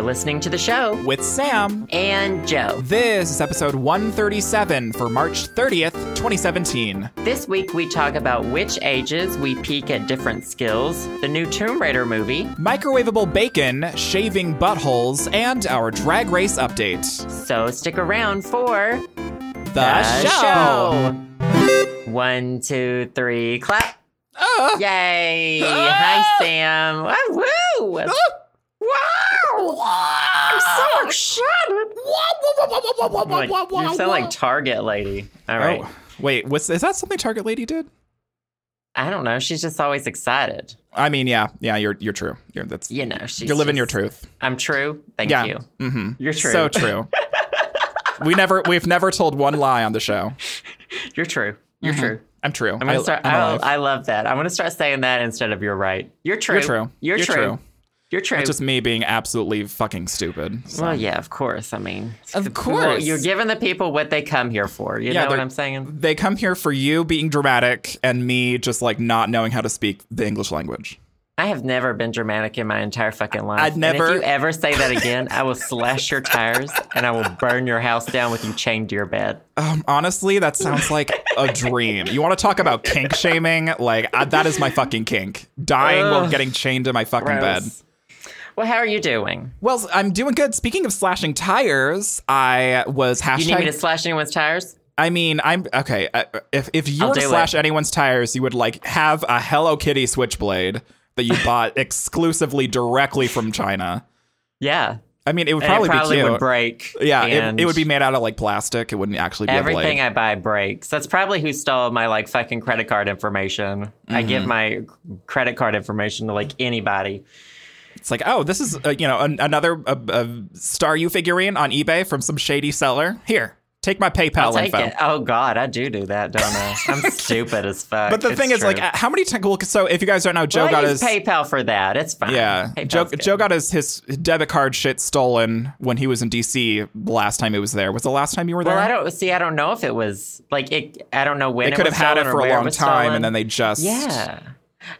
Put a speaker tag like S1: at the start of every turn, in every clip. S1: listening to the show
S2: with Sam.
S1: and Joe.
S2: This is episode 137 for March 30th, 2017.
S1: This week we talk about which ages we peak at different skills, the new Tomb Raider movie,
S2: Microwavable bacon, shaving buttholes, and our drag race update.
S1: so stick around for
S2: The,
S1: show. One, two, three, clap.
S2: Ah.
S1: Yay!
S2: Ah.
S1: Hi, Sam. Woo! woo.
S2: Ah.
S1: Wow! I'm so excited. Like, you sound like Target lady. All right.
S2: Oh, wait, was, is that something Target Lady did?
S1: I don't know. She's just always excited.
S2: I mean, yeah, yeah, you're you're true. You're that's
S1: You know, she's
S2: you're living your
S1: just-
S2: truth.
S1: I'm true. Thank
S2: yeah.
S1: you.
S2: Mm-hmm.
S1: You're true.
S2: So true. we never we've never told one lie on the show.
S1: You're true. You're
S2: Mhm.
S1: true.
S2: I'm true.
S1: I'm gonna
S2: I-
S1: start.
S2: I'm
S1: I,
S2: alive.
S1: I love that. I'm gonna start saying that instead of you're right. You're true.
S2: You're true.
S1: You're,
S2: You're
S1: true.
S2: true.
S1: You're true.
S2: It's just me being absolutely fucking stupid. So.
S1: well, yeah, of course. I mean,
S2: Of
S1: the people-
S2: course.
S1: you're giving the people what they come here for. You
S2: Yeah,
S1: know what
S2: they're-
S1: I'm saying?
S2: They come here for you being dramatic and me just like not knowing how to speak the English language.
S1: I have never been dramatic in my entire fucking life.
S2: I'd
S1: And
S2: never-
S1: if you ever say that again, I will slash your tires and I will burn your house down with you chained to your bed.
S2: Um, honestly, that sounds like a dream. You want to talk about kink shaming? Like I, that is my fucking kink. Dying while
S1: Ugh.
S2: getting chained to my fucking bed.
S1: Gross. Well, how are you doing?
S2: Well, I'm doing good. Speaking of slashing tires, I was hashtag.
S1: You need me to slash anyone's tires?
S2: I mean, I'm okay. uh, If if you
S1: I'll
S2: were to
S1: do
S2: slash anyone's tires, you would like have a Hello Kitty switchblade that you bought exclusively directly from China.
S1: Yeah.
S2: I mean, it would
S1: And
S2: probably,
S1: it probably
S2: be cute.
S1: would break.
S2: yeah, it,
S1: and
S2: it would be made out of like plastic. It wouldn't actually be a
S1: Everything
S2: blade.
S1: I buy breaks. That's probably who stole my like fucking credit card information. I give
S2: Mm-hmm.
S1: my credit card information to like anybody.
S2: it's like, oh, this is uh, you know an, another uh, uh, Star U figurine on eBay from some shady seller. Here, take my PayPal
S1: I'll take
S2: info.
S1: it. Oh god, I do do that, don't I? I'm stupid as fuck.
S2: But the
S1: It's
S2: thing is, like,
S1: true.
S2: uh, how many times? Well, so if you guys don't know, Joe
S1: Well, I
S2: got
S1: use
S2: his
S1: PayPal for that. It's fine.
S2: Yeah,
S1: PayPal's
S2: Joe,
S1: good.
S2: Joe got his, his debit card shit stolen when he was in DC the last time he was there. Was the last time you were there?
S1: Well, I don't see. I don't know if it was like it. I don't know when
S2: they
S1: it
S2: could have
S1: was
S2: had it
S1: stolen or
S2: for a
S1: where
S2: long time,
S1: was
S2: and
S1: stolen.
S2: then they just
S1: yeah.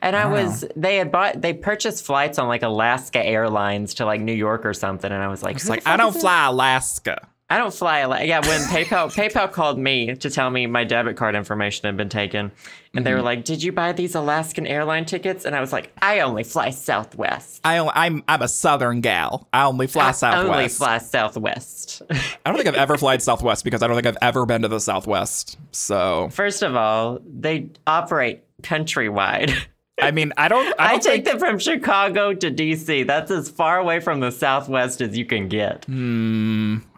S1: And I was, they had bought, they purchased flights on like Alaska Airlines to like New York or something. And I was like,
S2: It's
S1: "Who the
S2: like
S1: fuck
S2: I
S1: is
S2: don't
S1: this?"
S2: fly Alaska.
S1: I don't fly. a lot. Yeah, when PayPal PayPal called me to tell me my debit card information had been taken, and they
S2: Mm-hmm.
S1: were like, "Did you buy these Alaskan airline tickets?" And I was like, "I only fly Southwest.
S2: I only, I'm I'm a Southern gal. I only fly
S1: I
S2: Southwest.
S1: only fly Southwest."
S2: I don't think I've ever flied Southwest because I don't think I've ever been to the Southwest. So
S1: First of all, they operate countrywide.
S2: I mean, I don't. I,
S1: I,
S2: don't
S1: take
S2: think,
S1: them from Chicago to DC. That's as far away from the Southwest as you can get.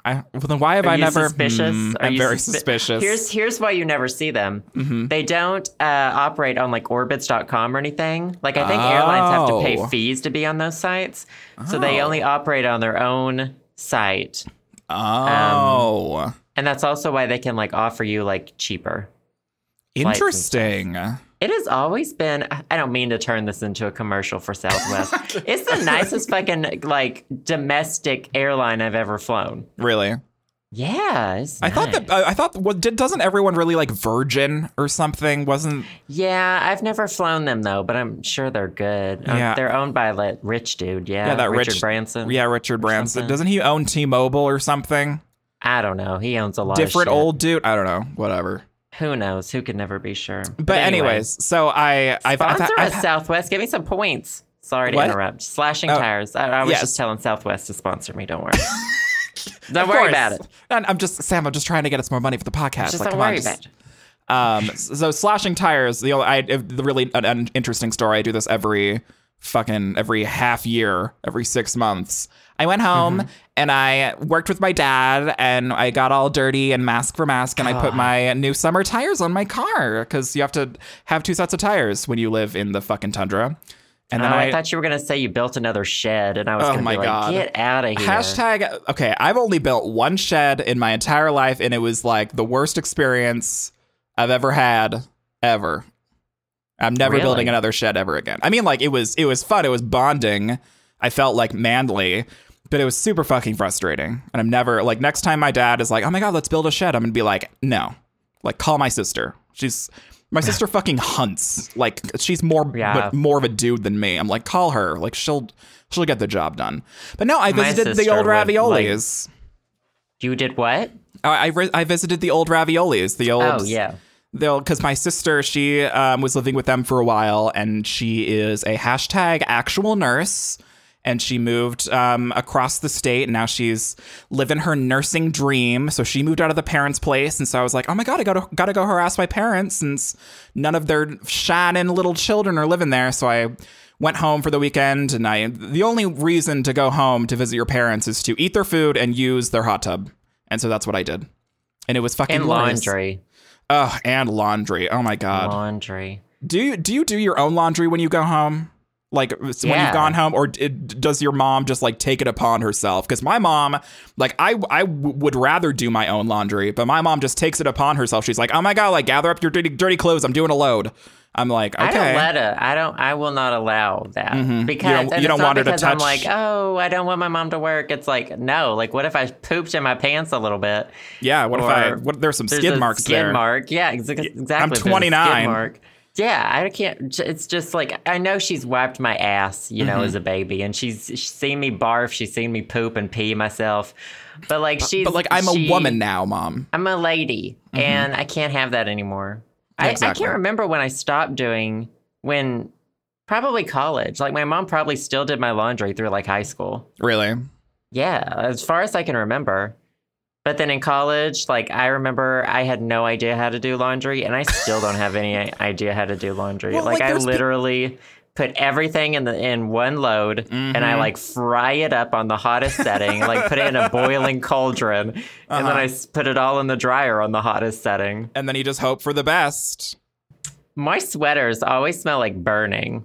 S2: I, well, then why have
S1: Are
S2: I
S1: you
S2: never?
S1: suspicious?
S2: Hmm,
S1: Are
S2: I'm
S1: you
S2: very
S1: suspi-
S2: suspicious. Mm-hmm.
S1: Here's here's why you never see them. They don't uh, operate on like orbits.com or anything. Like I think airlines have to
S2: Oh.
S1: pay fees to be on those sites. So they
S2: Oh.
S1: only operate on their own site.
S2: oh,
S1: And that's also why they can like offer you like cheaper. and stuff.
S2: interesting.
S1: It has always been I don't mean to turn this into a commercial for Southwest. it's the nicest fucking like domestic airline I've ever flown.
S2: Really.
S1: Yeah. it's
S2: I thought
S1: nice.
S2: that I I thought well, did, doesn't everyone really like Virgin or something? Wasn't
S1: Yeah, I've never flown them though, but I'm sure they're good. Um,
S2: Yeah.
S1: they're owned by that rich dude. Yeah,
S2: Yeah, that
S1: Richard
S2: rich-
S1: Branson.
S2: yeah Richard Branson?
S1: something.
S2: Doesn't he own T-Mobile or something?
S1: I don't know. He owns a lot.
S2: Different
S1: of shit.
S2: old dude. I don't know. Whatever.
S1: Who knows? Who could never be sure.
S2: But, anyways, so I I've, I've,
S1: sponsor
S2: I've,
S1: us, Southwest. Give me some points. Sorry to
S2: What?
S1: interrupt. Slashing
S2: Oh,
S1: tires. I, I was
S2: yes.
S1: just telling Southwest to sponsor me. Don't worry.
S2: of
S1: don't worry
S2: course.
S1: about it.
S2: And I'm just Sam. I'm just trying to get us more money for the podcast.
S1: Just
S2: like,
S1: don't
S2: come on,
S1: worry
S2: just-
S1: about it.
S2: Um, so slashing tires. The only, I the really an, an interesting story. I do this every fucking every half year, every six months. I went home
S1: Mm-hmm.
S2: and I worked with my dad, and I got all dirty and mask for mask, and
S1: Ah.
S2: I put my new summer tires on my car because you have to have two sets of tires when you live in the fucking tundra.
S1: Oh,
S2: And then
S1: I,
S2: I
S1: thought you were gonna say you built another shed, and I was
S2: Oh
S1: gonna
S2: my
S1: be like,
S2: God.
S1: "Get out of here!"
S2: Hashtag okay. I've only built one shed in my entire life, and it was like the worst experience I've ever had ever. I'm never
S1: Really?
S2: building another shed ever again. I mean, like it was it was fun. It was bonding. I felt like manly, but it was super fucking frustrating. And I'm never like next time my dad is like, "Oh my god, let's build a shed," I'm gonna be like, "No." Like call my sister. She's My sister fucking hunts. Like she's more
S1: Yeah.
S2: but more of a dude than me. I'm like, call her. Like she'll she'll get the job done. But no, I
S1: My
S2: visited the
S1: sister
S2: old
S1: would, like-
S2: raviolis.
S1: You did what?
S2: I I, ri- I visited the old raviolis. The old
S1: Oh yeah.
S2: because my sister she um, was living with them for a while and she is a hashtag actual nurse and she moved um, across the state and now she's living her nursing dream so she moved out of the parents place and so i was like oh my god i gotta, gotta go harass my parents since none of their shining little children are living there so i went home for the weekend and i the only reason to go home to visit your parents is to eat their food and use their hot tub and so that's what i did and it was fucking
S1: And
S2: glorious.
S1: laundry.
S2: Oh, and laundry. Oh my god.
S1: Laundry.
S2: Do you do you do your own laundry when you go home? Like s- when
S1: Yeah.
S2: you've gone home, or d does your mom just like take it upon herself? Because my mom, like I, I w- would rather do my own laundry, but my mom just takes it upon herself. She's like, "Oh my god, like gather up your dirty, dirty clothes. I'm doing a load." I'm like,
S1: I don't
S2: okay, Mm-hmm.
S1: let her. I don't. I will not allow that because
S2: You don't-
S1: and
S2: you
S1: it's
S2: don't
S1: not
S2: want her to
S1: because I'm
S2: touch-
S1: like, oh, I don't want my mom to work. It's like, no. Like, what if I pooped in my pants a little bit?
S2: yeah. What if I?
S1: Or
S2: What? There's some
S1: There's
S2: skid
S1: a
S2: marks
S1: skin
S2: there.
S1: mark. Yeah, ex- exactly. There's a skin
S2: 29.
S1: mark. Yeah, I can't. j- It's just like I know she's wiped my ass, you know,
S2: Mm-hmm.
S1: as a baby, and she's she's seen me barf, she's seen me poop and pee myself, but like she's
S2: Uh, But like, I'm
S1: she-
S2: a woman now, mom.
S1: I'm a lady, and I can't have that anymore.
S2: Yeah,
S1: I,
S2: exactly.
S1: I can't remember when I stopped doing when probably college. Like my mom probably still did my laundry through like high school.
S2: Really?
S1: Yeah, as far as I can remember. But then in college, like I remember I had no idea how to do laundry and I still don't have any i- idea how to do laundry.
S2: Well,
S1: like,
S2: like,
S1: I
S2: there's pe-
S1: literally put everything in the in one load and
S2: Mm-hmm.
S1: I like fry it up on the hottest setting, like put it in a boiling cauldron
S2: Uh-huh.
S1: and then I s- put it all in the dryer on the hottest setting.
S2: And then you just hope for the best.
S1: My sweaters always smell like burning.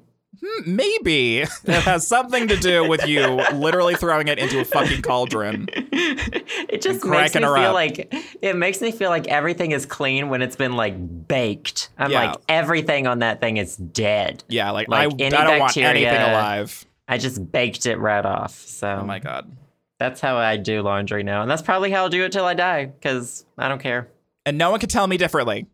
S2: Maybe it has something to do with you literally throwing it into a fucking cauldron.
S1: it just makes
S2: And
S1: me
S2: cracking
S1: feel
S2: her up.
S1: like it makes me feel like everything is clean when it's been like baked. I'm
S2: Yeah.
S1: like everything on that thing is dead.
S2: Yeah, like,
S1: Like
S2: I, I
S1: any
S2: don't want
S1: bacteria.
S2: anything alive.
S1: I just baked it right off. So
S2: Oh my god.
S1: that's how I do laundry now, and that's probably how I'll do it till I die because I don't care.
S2: And no one could tell me differently.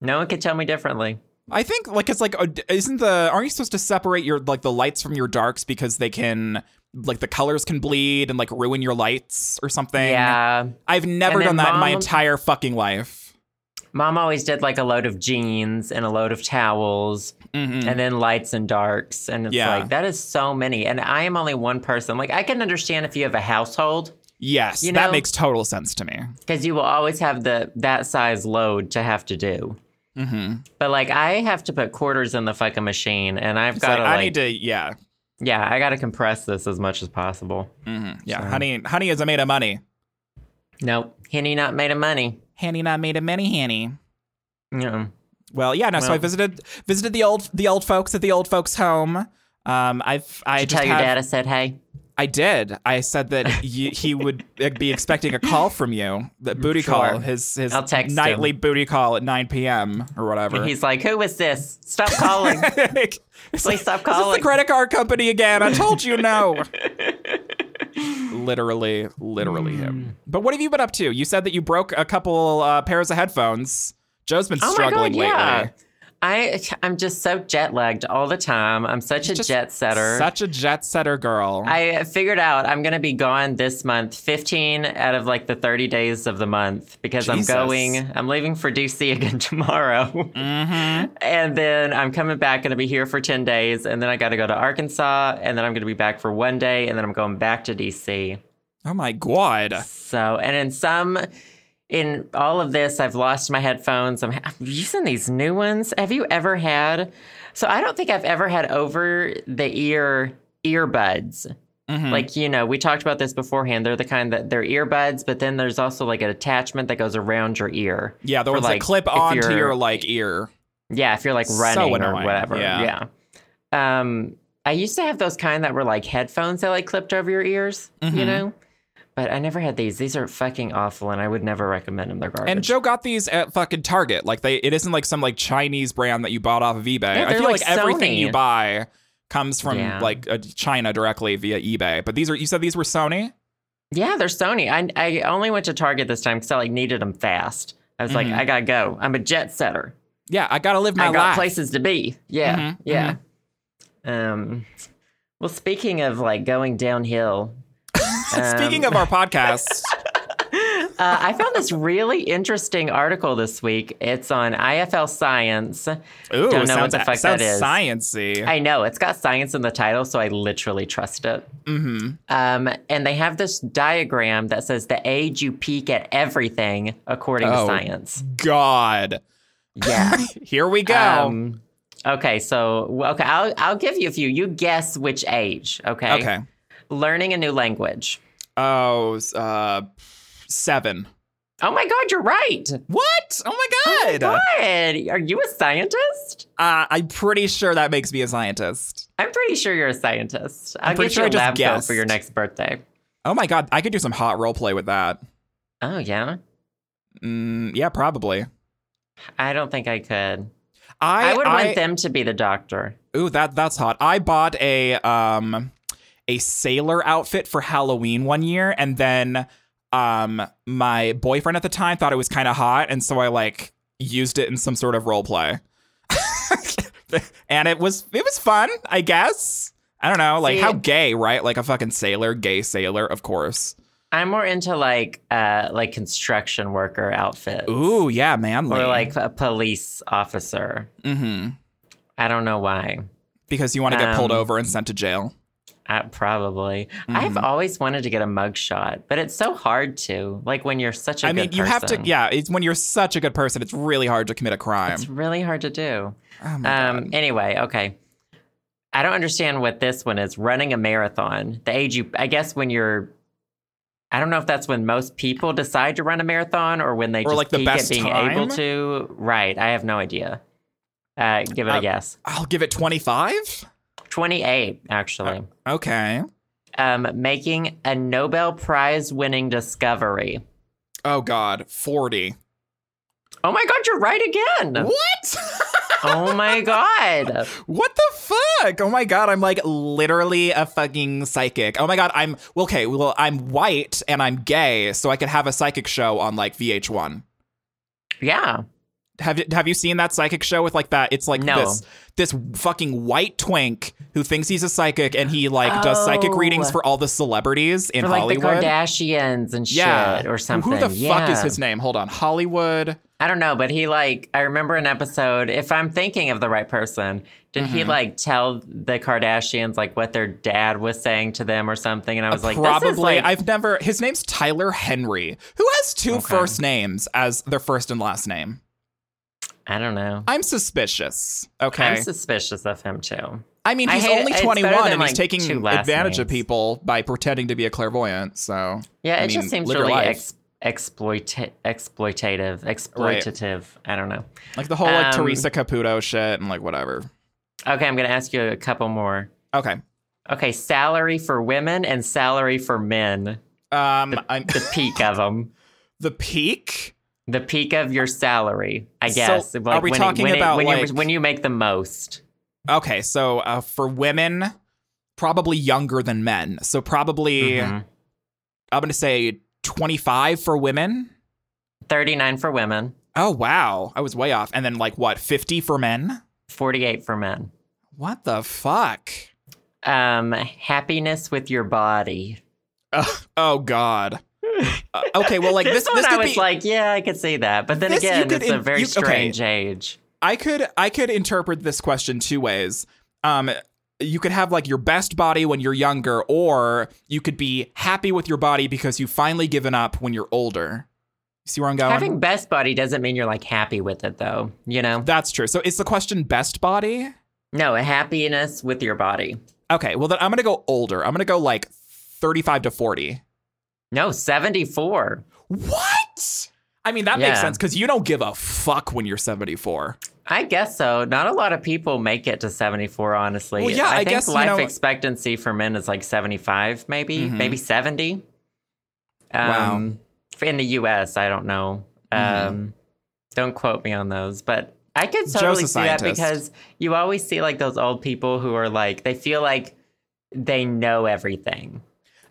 S1: No one can tell me differently.
S2: I think like it's like uh, isn't the aren't you supposed to separate your like the lights from your darks because they can like the colors can bleed and like ruin your lights or something?
S1: Yeah,
S2: I've never
S1: And
S2: done
S1: then
S2: that in my
S1: mom-
S2: entire fucking life.
S1: mom always did like a load of jeans and a load of towels,
S2: Mhm.
S1: and then lights and darks, and it's
S2: Yeah.
S1: like that is so many. And I am only one person. Like I can understand if you have a household.
S2: Yes,
S1: You
S2: that
S1: know-
S2: makes total sense to me.
S1: because you will always have the that size load to have to do.
S2: Mm-hmm.
S1: But like I have to put quarters in the fucking machine, and I've
S2: It's like,
S1: got to like,
S2: I need to yeah.
S1: yeah, I got to compress this as much as possible.
S2: Mhm. Yeah,
S1: So-
S2: honey honey is a made of money.
S1: Nope, Henny not made of money.
S2: Honey not made of money, honey.
S1: No,
S2: Well, yeah, no. so
S1: Well-
S2: I visited visited the old the old folks at the old folks home. Um, I've I
S1: I
S2: just
S1: tell your
S2: have-
S1: dad I said hey.
S2: I did. I said that you, he would uh, be expecting a call from you, the booty
S1: Sure.
S2: call, his his
S1: I'll text
S2: nightly booty call at 9 p.m. or whatever.
S1: And he's like, who is this? Stop calling.
S2: It's like,
S1: Please stop
S2: Is this
S1: calling.
S2: the credit card company again? I told you no. literally, literally him. But what have you been up to? You said that you broke a couple uh, pairs of headphones. Joe's been
S1: oh my
S2: struggling
S1: god, yeah.
S2: lately.
S1: I I'm just so jet lagged all the time. I'm such a
S2: Just
S1: jet setter.
S2: Such a jet setter girl.
S1: I figured out I'm going to be gone this month, 15 out of like the 30 days of the month, because
S2: Jesus.
S1: I'm going, I'm leaving for DC again tomorrow.
S2: mm-hmm.
S1: and then I'm coming back, going to be here for 10 days. And then I got to go to Arkansas. And then I'm going to be back for one day. And then I'm going back to DC.
S2: Oh my god.
S1: So, and in some, in all of this, I've lost my headphones. I'm, I'm using these new ones. Have you ever had? So, I don't think I've ever had over the ear earbuds.
S2: Mhm.
S1: Like, you know, we talked about this beforehand. They're the kind that they're earbuds, but then there's also like an attachment that goes around your ear.
S2: Yeah,
S1: for,
S2: the ones
S1: like,
S2: that clip
S1: if
S2: onto
S1: you're-
S2: your like ear.
S1: Yeah, if you're like
S2: So
S1: running or
S2: annoying.
S1: whatever.
S2: Yeah.
S1: Yeah. Um, I used to have those kind that were like headphones that like clipped over your ears, you
S2: Mhm.
S1: know? But I never had these. These are fucking awful and I would never recommend them. They're garbage.
S2: And Joe got these at fucking Target. Like they, it isn't like some like Chinese brand that you bought off of eBay.
S1: Yeah,
S2: I
S1: they're
S2: feel like,
S1: like
S2: everything
S1: Sony.
S2: you buy comes from
S1: Yeah.
S2: like uh, China directly via eBay. But these are you said these were Sony.
S1: yeah, they're Sony. I, I only went to Target this time because I like needed them fast. I was
S2: Mhm.
S1: like, I gotta go. I'm a jet setter.
S2: Yeah, I gotta live my
S1: I got
S2: life.
S1: places to be. Yeah,
S2: Mhm,
S1: yeah. Um, well, speaking of like going downhill,
S2: Speaking of our podcast,
S1: uh, I found this really interesting article this week. It's on IFL Science.
S2: ooh,
S1: Don't know what
S2: sounds,
S1: the fuck that
S2: sounds
S1: is.
S2: sciency.
S1: I know it's got science in the title, so I literally trust it.
S2: mm-hmm.
S1: Um, and they have this diagram that says the age you peak at everything according to
S2: Oh.
S1: science.
S2: God,
S1: Yeah.
S2: here we go.
S1: Um, okay, so well, okay, I'll I'll give you a few. You guess which age? Okay.
S2: okay.
S1: Learning a new language.
S2: Oh, s- uh, seven.
S1: Oh my God, you're right.
S2: What? Oh my god!
S1: Good. Are you a scientist?
S2: Uh, I'm pretty sure that makes me a scientist.
S1: I'm pretty sure you're a scientist. I'll
S2: I'm pretty
S1: get
S2: sure
S1: you
S2: I
S1: a
S2: just
S1: lab coat for your
S2: guessed.
S1: next birthday.
S2: Oh my god, I could do some hot role play with that.
S1: Oh yeah,
S2: Mm, yeah, probably.
S1: I don't think I could.
S2: I
S1: I, would
S2: I,
S1: want them to be the doctor.
S2: Ooh, that that's hot. I bought a um a sailor outfit for Halloween one year, and then um my boyfriend at the time thought it was kind of hot, and so I like used it in some sort of role play. and it was it was fun, I guess. I don't know, like
S1: See-
S2: how gay, right? Like a fucking sailor, gay sailor, of course.
S1: I'm more into like uh like construction worker outfits.
S2: Ooh, yeah, man.
S1: Or like a police officer.
S2: mm-hmm.
S1: I don't know why.
S2: because you want to get pulled
S1: Um,
S2: over and sent to jail.
S1: I, probably. I've
S2: Mm-hmm.
S1: always wanted to get a mugshot, but it's so hard to. Like when you're such a
S2: I
S1: good
S2: mean, you have to.
S1: person.
S2: Yeah, it's when you're such a good person, it's really hard to commit a crime.
S1: It's really hard to do.
S2: Oh my
S1: Um, anyway, okay. I don't understand what this one is. Running a marathon. The age you, I guess, when you're, I don't know if that's when most people decide to run a marathon or when they
S2: Or
S1: just
S2: like the
S1: peak at
S2: best
S1: being able
S2: time?
S1: to. Right. I have no idea. Uh, give it
S2: Uh,
S1: a guess.
S2: I'll give it 25.
S1: 28, actually.
S2: uh, Okay.
S1: um, making a Nobel Prize winning discovery.
S2: Oh God, 40.
S1: Oh my God, you're right again.
S2: What?
S1: Oh my God.
S2: what the fuck? Oh my God, I'm like literally a fucking psychic. Oh my God, I'm well, okay. Well, I'm white and I'm gay, so I could have a psychic show on like VH1.
S1: Yeah.
S2: Have you, have you seen that psychic show with like that? It's like
S1: No.
S2: this this fucking white twink who thinks he's a psychic and he like does psychic
S1: Oh.
S2: readings for all the celebrities in
S1: For like
S2: Hollywood.
S1: the Kardashians and shit or something.
S2: Who the fuck is
S1: Yeah.
S2: his name? Hold on, Hollywood.
S1: I don't know, but he like, I remember an episode, if I'm thinking of the right person, did
S2: Mm-hmm.
S1: he like tell the Kardashians like what their dad was saying to them or something? And I was like, this is,
S2: Uh, Probably.
S1: like-
S2: I've never. His name's Tyler Henry. Who has two first
S1: Okay.
S2: names as their first and last name?
S1: I don't know.
S2: I'm suspicious. Okay.
S1: I'm suspicious of him too.
S2: I mean,
S1: I
S2: he's
S1: hate it.
S2: only
S1: It's better
S2: 21 and
S1: than,
S2: he's
S1: like,
S2: taking
S1: two last
S2: advantage of
S1: names.
S2: people by pretending to be a clairvoyant. So
S1: Yeah,
S2: I
S1: it
S2: mean,
S1: just seems
S2: live your
S1: really
S2: life.
S1: ex- exploita- exploitative, exploitative. I don't know.
S2: like the whole like
S1: Um,
S2: Teresa Caputo shit and like whatever.
S1: Okay, I'm going to ask you a couple more.
S2: Okay.
S1: Okay, salary for women and salary for men.
S2: Um, I'm
S1: The peak of them.
S2: the peak.
S1: The peak of your salary, I
S2: So,
S1: guess.
S2: are we talking about,
S1: when,
S2: like-
S1: you, when you make the most?
S2: Okay, so uh, for women, probably younger than men. So probably
S1: Mhm.
S2: I'm gonna say 25 for women.
S1: 39 for women,
S2: Oh wow, I was way off. And then like what, 50 for men?
S1: 48 for men.
S2: What the fuck?
S1: Um, happiness with your body.
S2: Ugh, oh god. Uh, okay, well like this
S1: one
S2: this
S1: I
S2: could
S1: was
S2: be
S1: like, yeah, I could see that. But then
S2: This you
S1: again,
S2: could
S1: it's a
S2: in-
S1: very
S2: you- okay.
S1: strange age.
S2: I could I could interpret this question two ways. Um you could have like your best body when you're younger or you could be happy with your body because you've finally given up when you're older. See where I'm going?
S1: Having best body doesn't mean you're like happy with it though, you know?
S2: That's true. So is the question best body?
S1: No, happiness with your body.
S2: Okay, well then I'm gonna go older. I'm gonna go like 35 to 40.
S1: No, 74.
S2: What? I mean that makes
S1: Yeah.
S2: sense because you don't give a fuck when you're 74.
S1: I guess so. Not a lot of people make it to 74, honestly.
S2: Well, yeah, I
S1: think
S2: guess, you
S1: life
S2: know-
S1: expectancy for men is like 75, maybe,
S2: Mhm.
S1: maybe 70. Um,
S2: Wow.
S1: In the US, I don't know. Um,
S2: Mhm.
S1: Don't quote me on those, but I could
S2: Joe's
S1: totally
S2: a
S1: see that
S2: scientist.
S1: because you always see like those old people who are like, they feel like they know everything.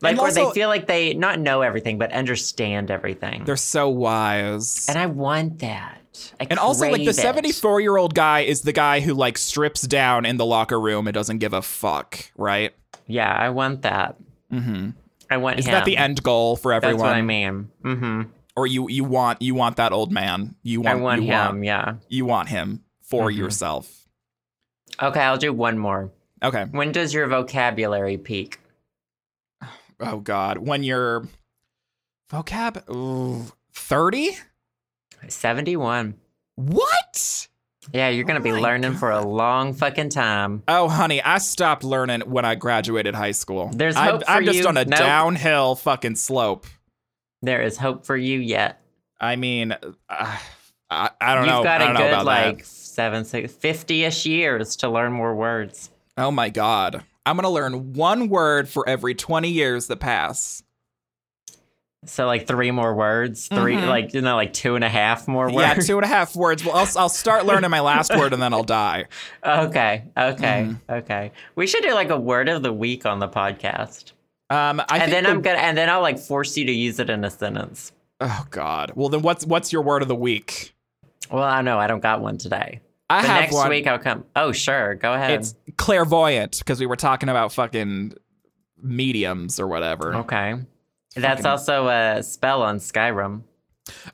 S1: Like
S2: And
S1: where they
S2: also-
S1: feel like they not know everything, but understand everything.
S2: They're so wise.
S1: And I want that. I
S2: And also, like the
S1: crave it.
S2: seventy-four-year-old guy is the guy who like strips down in the locker room and doesn't give a fuck, right?
S1: Yeah, I want that.
S2: Mm-hmm.
S1: I want
S2: Isn't
S1: him.
S2: that the end goal for
S1: That's
S2: everyone?
S1: what I mean. Mm-hmm.
S2: Or you you want you want that old man? You
S1: I
S2: want
S1: want
S2: you
S1: him.
S2: Want,
S1: Yeah.
S2: you want him for
S1: Mhm.
S2: yourself.
S1: Okay, I'll do one more.
S2: Okay.
S1: When does your vocabulary peak?
S2: Oh God, when you're vocab ooh, thirty?
S1: Seventy-one.
S2: What?
S1: Yeah, you're gonna
S2: Oh
S1: be
S2: my
S1: learning for a long fucking time.
S2: Oh, honey, I stopped learning when I graduated high school.
S1: There's
S2: I'm,
S1: hope for
S2: I'm just
S1: you.
S2: on a
S1: Nope.
S2: downhill fucking slope.
S1: There is hope for you yet.
S2: I mean, uh, I, I don't
S1: You've
S2: know.
S1: got
S2: I
S1: a
S2: don't know
S1: good
S2: about
S1: like
S2: that.
S1: seven, six, 50-ish years to learn more words.
S2: Oh my God, I'm gonna learn one word for every 20 years that pass.
S1: So like three more words, 3
S2: Mhm.
S1: like you know, like two and a half more words.
S2: Yeah, two and a half words. Well, I'll, I'll start learning my last word and then I'll die.
S1: Okay, okay,
S2: Mm-hmm.
S1: okay. We should do like a word of the week on the podcast,
S2: Um, I think
S1: and then
S2: the-
S1: I'm gonna, and then I'll like force you to use it in a sentence.
S2: Oh God. Well, then what's what's your word of the week?
S1: Well, I know I don't got one today.
S2: I
S1: But
S2: have
S1: next
S2: one.
S1: week I'll come. Oh, sure, go ahead.
S2: It's clairvoyant because we were talking about fucking mediums or whatever.
S1: okay. That's
S2: Fucking-
S1: also a spell on Skyrim.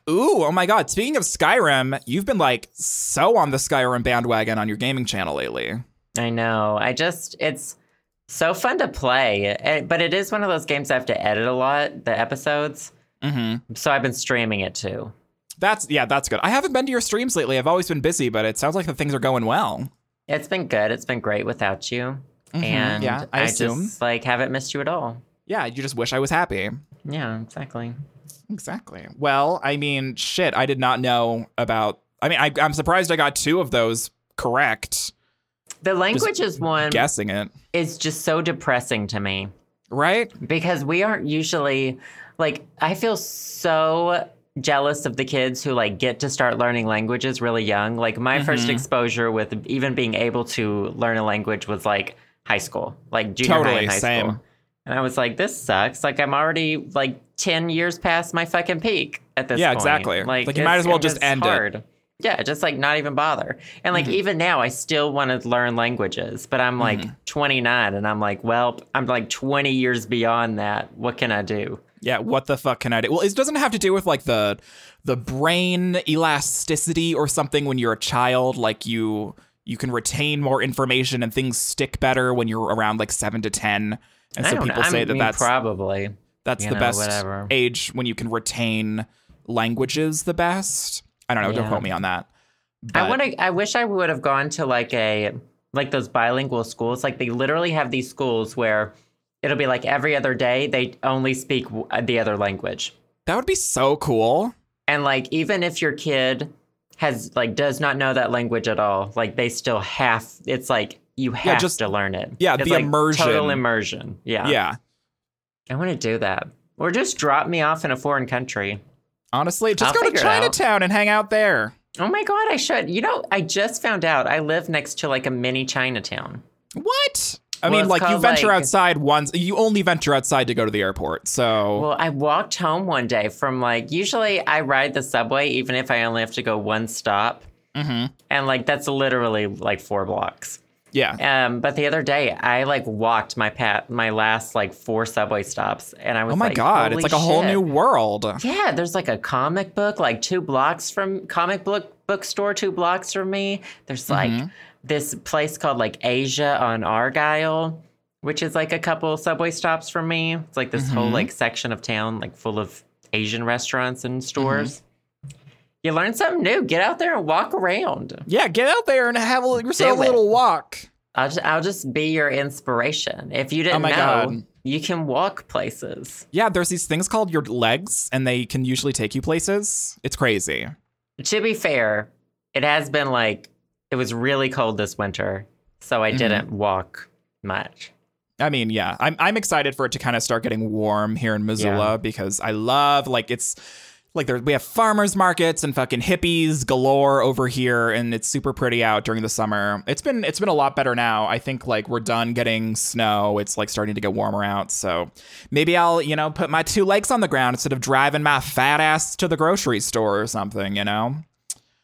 S2: Ooh, oh my god. Speaking of Skyrim, you've been like so on the Skyrim bandwagon on your gaming channel lately.
S1: I know. I just it's so fun to play, eh, but it is one of those games I have to edit a lot the episodes.
S2: Mm-hmm.
S1: So I've been streaming it too.
S2: That's yeah, that's good. I haven't been to your streams lately. I've always been busy, but it sounds like the things are going well.
S1: It's been good. It's been great without you,
S2: Mhm,
S1: and
S2: yeah, I,
S1: I,
S2: assume.
S1: just like haven't missed you at all.
S2: yeah, you just wish I was happy.
S1: Yeah, exactly.
S2: Exactly. Well, I mean, shit, I did not know about. I mean, I, I'm surprised I got two of those correct.
S1: The languages one
S2: guessing it
S1: is just so depressing to me.
S2: right.
S1: because we aren't usually like I feel so jealous of the kids who like get to start learning languages really young. Like my first
S2: Mhm.
S1: exposure with even being able to learn a language was like high school, like junior high
S2: Totally,
S1: and high
S2: same.
S1: school. And I was like, this sucks. Like I'm already like ten years past my fucking peak at this
S2: Yeah,
S1: point.
S2: exactly. Like, you might
S1: it's-
S2: as well
S1: it
S2: just
S1: was
S2: end it.
S1: hard. Yeah, just like not even bother. And like
S2: Mhm.
S1: even now, I still want to learn languages, but I'm
S2: Mm-hmm.
S1: like 29 and I'm like, well, I'm like 20 years beyond that. What can I do?
S2: Yeah, what the fuck can I do? Well, it doesn't have to do with like the the brain elasticity or something when you're a child, like you you can retain more information and things stick better when you're around like 7 to 10. And
S1: I
S2: so
S1: don't
S2: people
S1: know. I
S2: say that
S1: mean,
S2: that's
S1: probably.
S2: that's
S1: you
S2: the
S1: know,
S2: best
S1: whatever.
S2: age when you can retain languages the best. I don't know, don't
S1: Yeah.
S2: quote me on that. But
S1: I want to. I wish I would have gone to like a like those bilingual schools. Like they literally have these schools where it'll be like every other day they only speak w- the other language.
S2: that would be so cool.
S1: And like even if your kid has like does not know that language at all, like they still have it's like you have
S2: just-
S1: to learn it.
S2: yeah,
S1: It's
S2: the
S1: like
S2: immersion.
S1: Total immersion. Yeah.
S2: yeah.
S1: I want to do that. Or just drop me off in a foreign country.
S2: Honestly, just
S1: I'll
S2: go to
S1: figure it out.
S2: Chinatown and hang out there.
S1: Oh my god, I should. You know, I just found out I live next to like a mini Chinatown.
S2: What? I
S1: Well,
S2: mean,
S1: it's
S2: like you
S1: called,
S2: venture
S1: like-
S2: outside once. You only venture outside to go to the airport. So
S1: Well, I walked home one day from like usually I ride the subway even if I only have to go one stop.
S2: Mhm.
S1: And like that's literally like four blocks.
S2: yeah,
S1: Um, but the other day, I like walked my pat my last like four subway stops, and I was
S2: Oh my
S1: like,
S2: god, it's
S1: "Holy
S2: like a whole
S1: shit."
S2: new world.
S1: Yeah, there's like a comic book, like two blocks from comic book bookstore, two blocks from me. There's like
S2: Mm-hmm.
S1: this place called like Asia on Argyle, which is like a couple subway stops from me. It's like this whole
S2: Mhm.
S1: like section of town, like full of Asian restaurants and
S2: Mm-hmm.
S1: stores. You learn something new. Get out there and walk around.
S2: Yeah, get out there and have a, yourself a
S1: it.
S2: little walk.
S1: I'll just, I'll just be your inspiration. If you didn't
S2: Oh my
S1: know,
S2: God.
S1: you can walk places.
S2: Yeah, there's these things called your legs, and they can usually take you places. It's crazy.
S1: To be fair, it has been like it was really cold this winter, so I
S2: Mhm.
S1: didn't walk much.
S2: I mean, yeah, I'm I'm excited for it to kind of start getting warm here in Missoula because I love like it's like there we have farmers markets and fucking hippies galore over here and it's super pretty out during the summer. It's been it's been a lot better now. I think like we're done getting snow. It's like starting to get warmer out. So maybe I'll, you know, put my two legs on the ground instead of driving my fat ass to the grocery store or something, you know?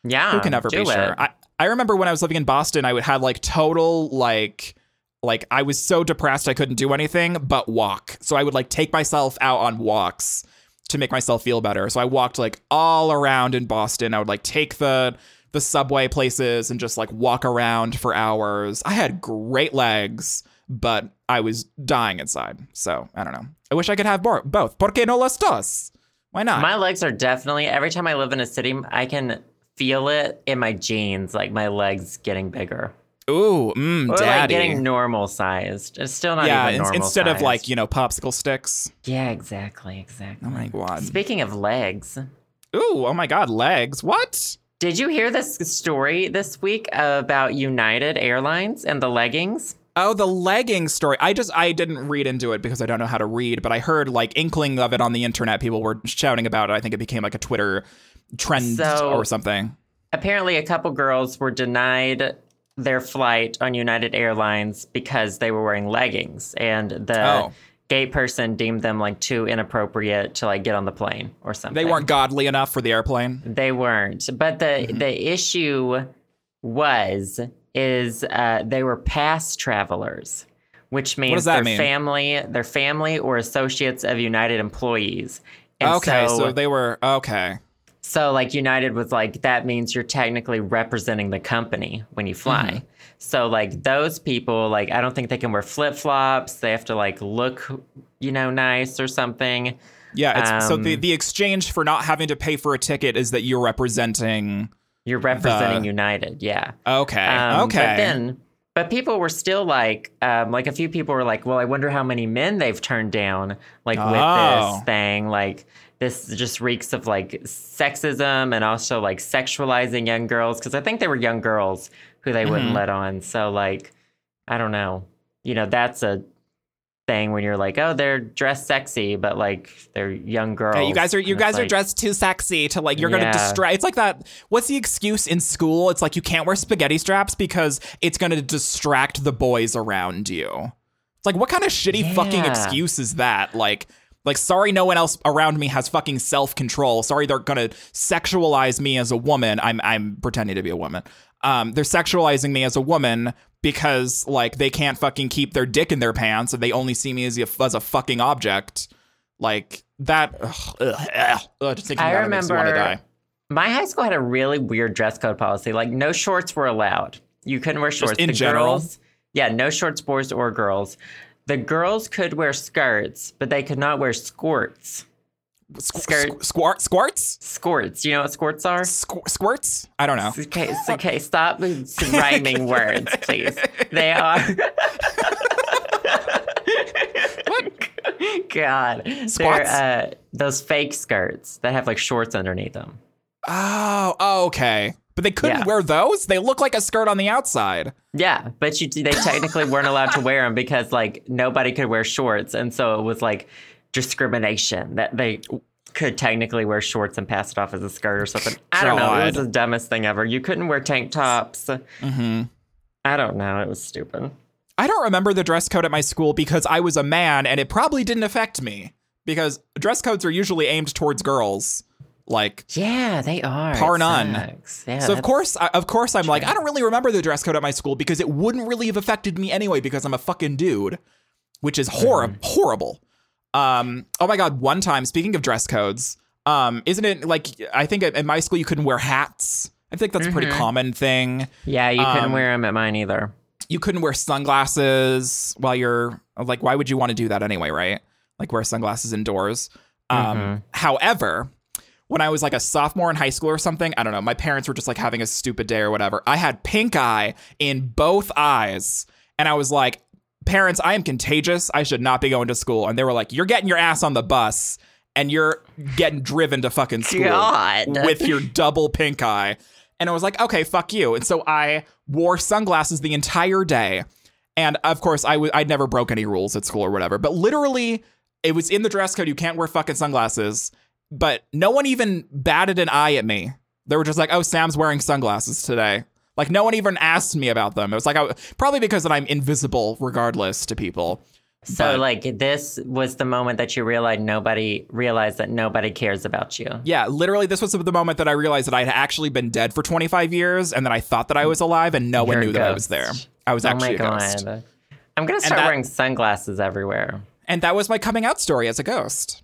S1: Yeah.
S2: Who can ever be
S1: Um, do it.
S2: sure? I, I remember when I was living in Boston, I would have like total like like I was so depressed I couldn't do anything but walk. So I would like take myself out on walks to make myself feel better. So I walked like all around in Boston. I would like take the the subway places and just like walk around for hours. I had great legs, but I was dying inside. So I don't know. I wish I could have more, both. Por qué no las dos? Why not?
S1: my legs are definitely every time I live in a city, I can feel it in my jeans, like my legs getting bigger.
S2: Ooh, mm,
S1: Or
S2: daddy.
S1: like getting normal sized. It's still not
S2: yeah,
S1: even
S2: in-
S1: normal
S2: instead of
S1: sized.
S2: like you know popsicle sticks.
S1: Yeah, exactly, exactly.
S2: Oh my god.
S1: Speaking of legs,
S2: Ooh, oh my god, legs. What?
S1: did you hear this story this week about United Airlines and the leggings?
S2: Oh, the legging story. I just I didn't read into it because I don't know how to read, but I heard like inkling of it on the internet. People were shouting about it. I think it became like a Twitter trend
S1: So-
S2: or something.
S1: Apparently, a couple girls were denied their flight on United Airlines because they were wearing leggings, and the
S2: Oh.
S1: gate person deemed them like too inappropriate to like get on the plane or something.
S2: They weren't godly enough for the airplane.
S1: They weren't. But the
S2: Mm-hmm.
S1: the issue was is uh, they were past travelers, which means
S2: that
S1: their
S2: mean?
S1: family, their family or associates of United employees. And
S2: okay, so,
S1: so
S2: they were okay.
S1: so like United was like that means you're technically representing the company when you fly.
S2: Mm-hmm.
S1: So like those people like I don't think they can wear flip-flops. They have to like look, you know, nice or something.
S2: Yeah, it's, so the
S1: Um,
S2: the exchange for not having to pay for a ticket is that you're representing.
S1: You're representing United. Yeah.
S2: Okay,
S1: Um,
S2: okay.
S1: But then, but people were still like, um, like a few people were like, well, I wonder how many men they've turned down, like with
S2: Oh.
S1: this thing. Like, this just reeks of like sexism and also like sexualizing young girls. Cause I think they were young girls who they wouldn't
S2: Mhm.
S1: let on. So, like, I don't know. You know, that's a thing when you're like, oh, they're dressed sexy, but like they're young girls.
S2: Yeah, you guys are
S1: And
S2: you
S1: it's
S2: guys are
S1: like-
S2: dressed too sexy to like you're
S1: Yeah.
S2: gonna destroy. It's like that. What's the excuse in school? It's like you can't wear spaghetti straps because it's gonna distract the boys around you. It's like what kind of shitty fucking
S1: Yeah.
S2: excuse is that? Like. Like, sorry, no one else around me has fucking self control. Sorry, they're gonna sexualize me as a woman. I'm I'm pretending to be a woman. Um, they're sexualizing me as a woman because like they can't fucking keep their dick in their pants and they only see me as a as a fucking object like that. Ugh, ugh, ugh, ugh, just thinking
S1: I
S2: about it makes me want to
S1: remember-
S2: die.
S1: My high school had a really weird dress code policy. Like no shorts were allowed. You couldn't wear shorts.
S2: in general?
S1: Girls, yeah, no shorts, boys or girls. The girls could wear skirts, but they could not wear squirts.
S2: Squ-
S1: Skirt.
S2: squ- squart, squirts,
S1: Squirts. You know what squirts are?
S2: Squ- squirts. I don't know.
S1: Okay, okay, stop rhyming words, please. They are. God,
S2: Squats?
S1: they're uh, those fake skirts that have like shorts underneath them.
S2: Oh, oh, okay. But they couldn't
S1: Yeah.
S2: wear those. They look like a skirt on the outside.
S1: Yeah, but you they technically weren't allowed to wear them because like nobody could wear shorts, and so it was like discrimination that they could technically wear shorts and pass it off as a skirt or something. I don't know. It was
S2: God.
S1: the dumbest thing ever. You couldn't wear tank tops.
S2: Mm-hmm.
S1: I don't know. It was stupid.
S2: I don't remember the dress code at my school because I was a man, and it probably didn't affect me because dress codes are usually aimed towards girls. Like,
S1: Yeah, they are. It
S2: Par none.
S1: sucks. Yeah,
S2: so of
S1: that's-
S2: course, I, of course, I'm like, I don't really remember the dress code at my school because it wouldn't really have affected me anyway because I'm a fucking dude, which is horrible, horrible. Um, oh my god, one time, speaking of dress codes, um, isn't it like I think at, at my school you couldn't wear hats. I think that's a pretty common thing.
S1: Yeah, you couldn't
S2: um,
S1: wear them at mine either.
S2: You couldn't wear sunglasses while you're like, why would you want to do that anyway, right? Like wear sunglasses indoors. Um, However, when I was like a sophomore in high school or something, I don't know, my parents were just like having a stupid day or whatever. I had pink eye in both eyes. And I was like, parents, I am contagious. I should not be going to school. And they were like, you're getting your ass on the bus and you're getting driven to fucking school
S1: God.
S2: with your double pink eye. And I was like, okay, fuck you. And so I wore sunglasses the entire day. And of course, I w- I'd never broke any rules at school or whatever, but literally, it was in the dress code. You can't wear fucking sunglasses. but no one even batted an eye at me. They were just like, "Oh, Sam's wearing sunglasses today." Like no one even asked me about them. It was like I, probably because that I'm invisible regardless to people.
S1: So
S2: But-
S1: like this was the moment that you realized nobody realized that nobody cares about you.
S2: Yeah, literally, this was the moment that I realized that I had actually been dead for 25 years, and that I thought that I was alive, and no one
S1: You're a
S2: knew that I was there.
S1: ghost.
S2: I was
S1: oh my
S2: actually a ghost,
S1: god. I'm gonna start
S2: that-
S1: wearing sunglasses everywhere.
S2: and that was my coming out story as a ghost.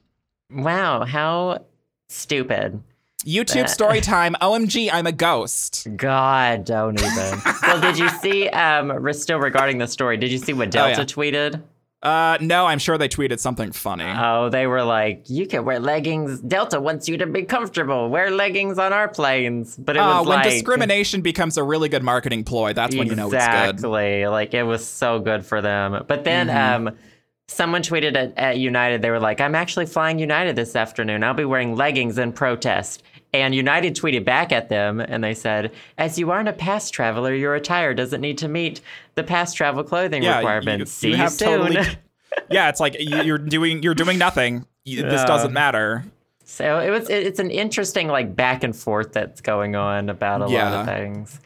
S1: Wow, how stupid.
S2: YouTube story time. OMG, I'm a ghost.
S1: God, don't even. well, did you see um re- still regarding the story, did you see what
S2: Oh, yeah.
S1: Delta tweeted?
S2: Uh, no, I'm sure they tweeted something funny.
S1: Oh, they were like, you can wear leggings. Delta wants you to be comfortable. Wear leggings on our planes. But it
S2: Uh,
S1: was
S2: when
S1: like
S2: discrimination becomes a really good marketing ploy, that's when you know it's good.
S1: Exactly. Like it was so good for them. But then
S2: Mm-hmm.
S1: um someone tweeted at, at United, they were like, I'm actually flying United this afternoon. I'll be wearing leggings in protest. And United tweeted back at them and they said, As you aren't a pass traveler, your attire doesn't need to meet the pass travel clothing
S2: Yeah, you-
S1: requirements. See you, soon.
S2: yeah, it's like you, you're doing you're doing nothing. You- This doesn't matter.
S1: So it was it, it's an interesting like back and forth that's going on about a lot
S2: Yeah.
S1: of things.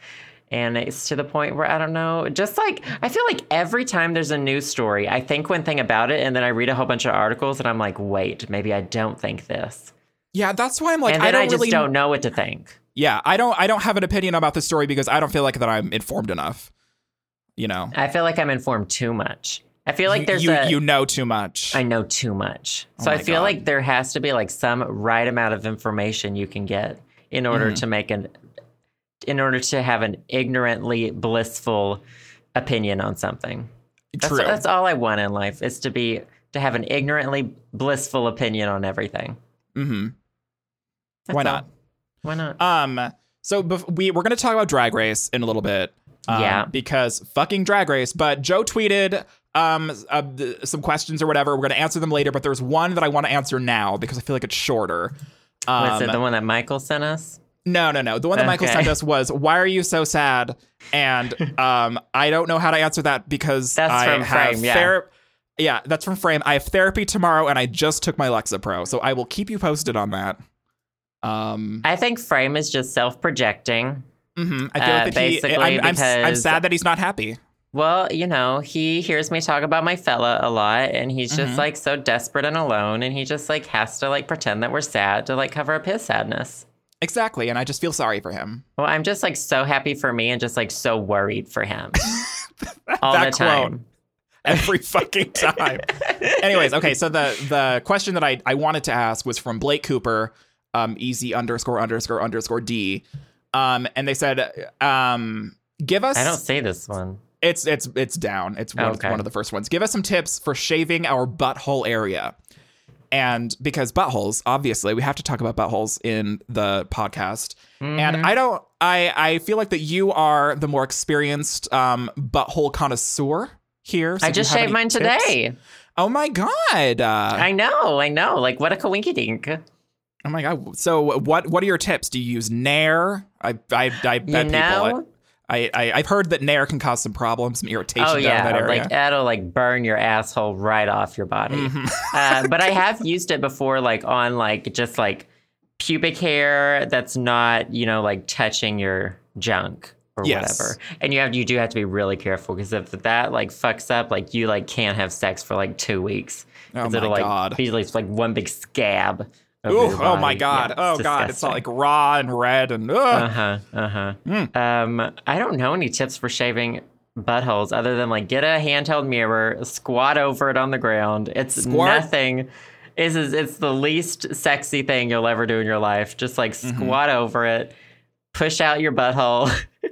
S1: And it's to the point where I don't know, just like I feel like every time there's a news story, I think one thing about it and then I read a whole bunch of articles and I'm like, "Wait, maybe I don't think this."
S2: Yeah, that's why I'm like
S1: And
S2: I
S1: then I,
S2: don't
S1: just
S2: really
S1: don't know what to think.
S2: Yeah, I don't I don't have an opinion about this story because I don't feel like that I'm informed enough. You know.
S1: I feel like I'm informed too much. I feel like there's
S2: you,
S1: a
S2: you know too much.
S1: I know too much. So I
S2: Oh my
S1: feel
S2: God.
S1: like there has to be like some right amount of information you can get in order
S2: Mm-hmm.
S1: to make an in order to have an ignorantly blissful opinion on something. That's
S2: True.
S1: that's all I want in life is to be to have an ignorantly blissful opinion on everything.
S2: hmm Why
S1: That's
S2: not?
S1: all. Why not?
S2: Um so bef- we we're going to talk about Drag Race in a little bit. um,
S1: Yeah.
S2: Because fucking Drag Race, but Joe tweeted um uh, th- some questions or whatever. We're going to answer them later, but there's one that I want to answer now because I feel like it's shorter. Um,
S1: Was it the one that Michael sent us?
S2: No, no, no. The one that Michael
S1: Okay.
S2: sent us was "Why are you so sad?" And um, I don't know how to answer that because
S1: That's
S2: I
S1: from
S2: have
S1: Frame, yeah.
S2: ther- yeah, that's from Frame. I have therapy tomorrow, and I just took my Lexapro, so I will keep you posted on that. Um,
S1: I think Frame is just self-projecting.
S2: mhm. I feel
S1: Uh,
S2: like that he.
S1: basically
S2: I'm, I'm, s- I'm
S1: because-
S2: sad that he's not happy.
S1: Well, you know, he hears me talk about my fella a lot, and he's just
S2: Mm-hmm.
S1: like so desperate and alone, and he just like has to like pretend that we're sad to like cover up his sadness.
S2: Exactly, and I just feel sorry for him.
S1: Well, I'm just like so happy for me and just like so worried for him all
S2: That
S1: the
S2: quote.
S1: time.
S2: every fucking time. Anyways, okay, so the the question that I, I wanted to ask was from Blake Cooper, um, easy underscore underscore underscore D. Um, and they said, um, give us
S1: I don't see this one.
S2: it's it's it's down. It's one,
S1: Okay.
S2: one of the first ones. Give us some tips for shaving our butthole area. And because buttholes, obviously, we have to talk about buttholes in the podcast.
S1: Mm-hmm.
S2: And I don't I I feel like that you are the more experienced um butthole connoisseur here. so
S1: I
S2: do you
S1: just
S2: have
S1: shaved
S2: any
S1: mine
S2: tips?
S1: today.
S2: Oh my god. Uh,
S1: I know, I know. Like, what a coinky dink.
S2: oh my god. So what what are your tips? Do you use Nair? I I, I bet
S1: You
S2: people
S1: know?
S2: I, I I've heard that Nair can cause some problems, some irritation
S1: Oh
S2: down in
S1: yeah,
S2: that area.
S1: like that'll like burn your asshole right off your body.
S2: Mm-hmm.
S1: uh, but I have used it before, like on like just like pubic hair that's not you know like touching your junk or
S2: Yes.
S1: whatever. And you have you do have to be really careful because if that like fucks up, like you like can't have sex for like two weeks
S2: Oh
S1: 'Cause
S2: my
S1: it'll like
S2: God.
S1: be like, like one big scab. over
S2: Ooh,
S1: your
S2: oh
S1: body.
S2: my
S1: Yeah,
S2: god. oh god, it's
S1: disgusting.
S2: all like raw and red and ugh.
S1: Uh-huh. Uh-huh.
S2: Hmm.
S1: Um, I don't know any tips for shaving buttholes other than like get a handheld mirror, squat over it on the ground. It's
S2: Squat?
S1: nothing. It's, it's it's the least sexy thing you'll ever do in your life. Just like
S2: Mm-hmm.
S1: squat over it, push out your butthole.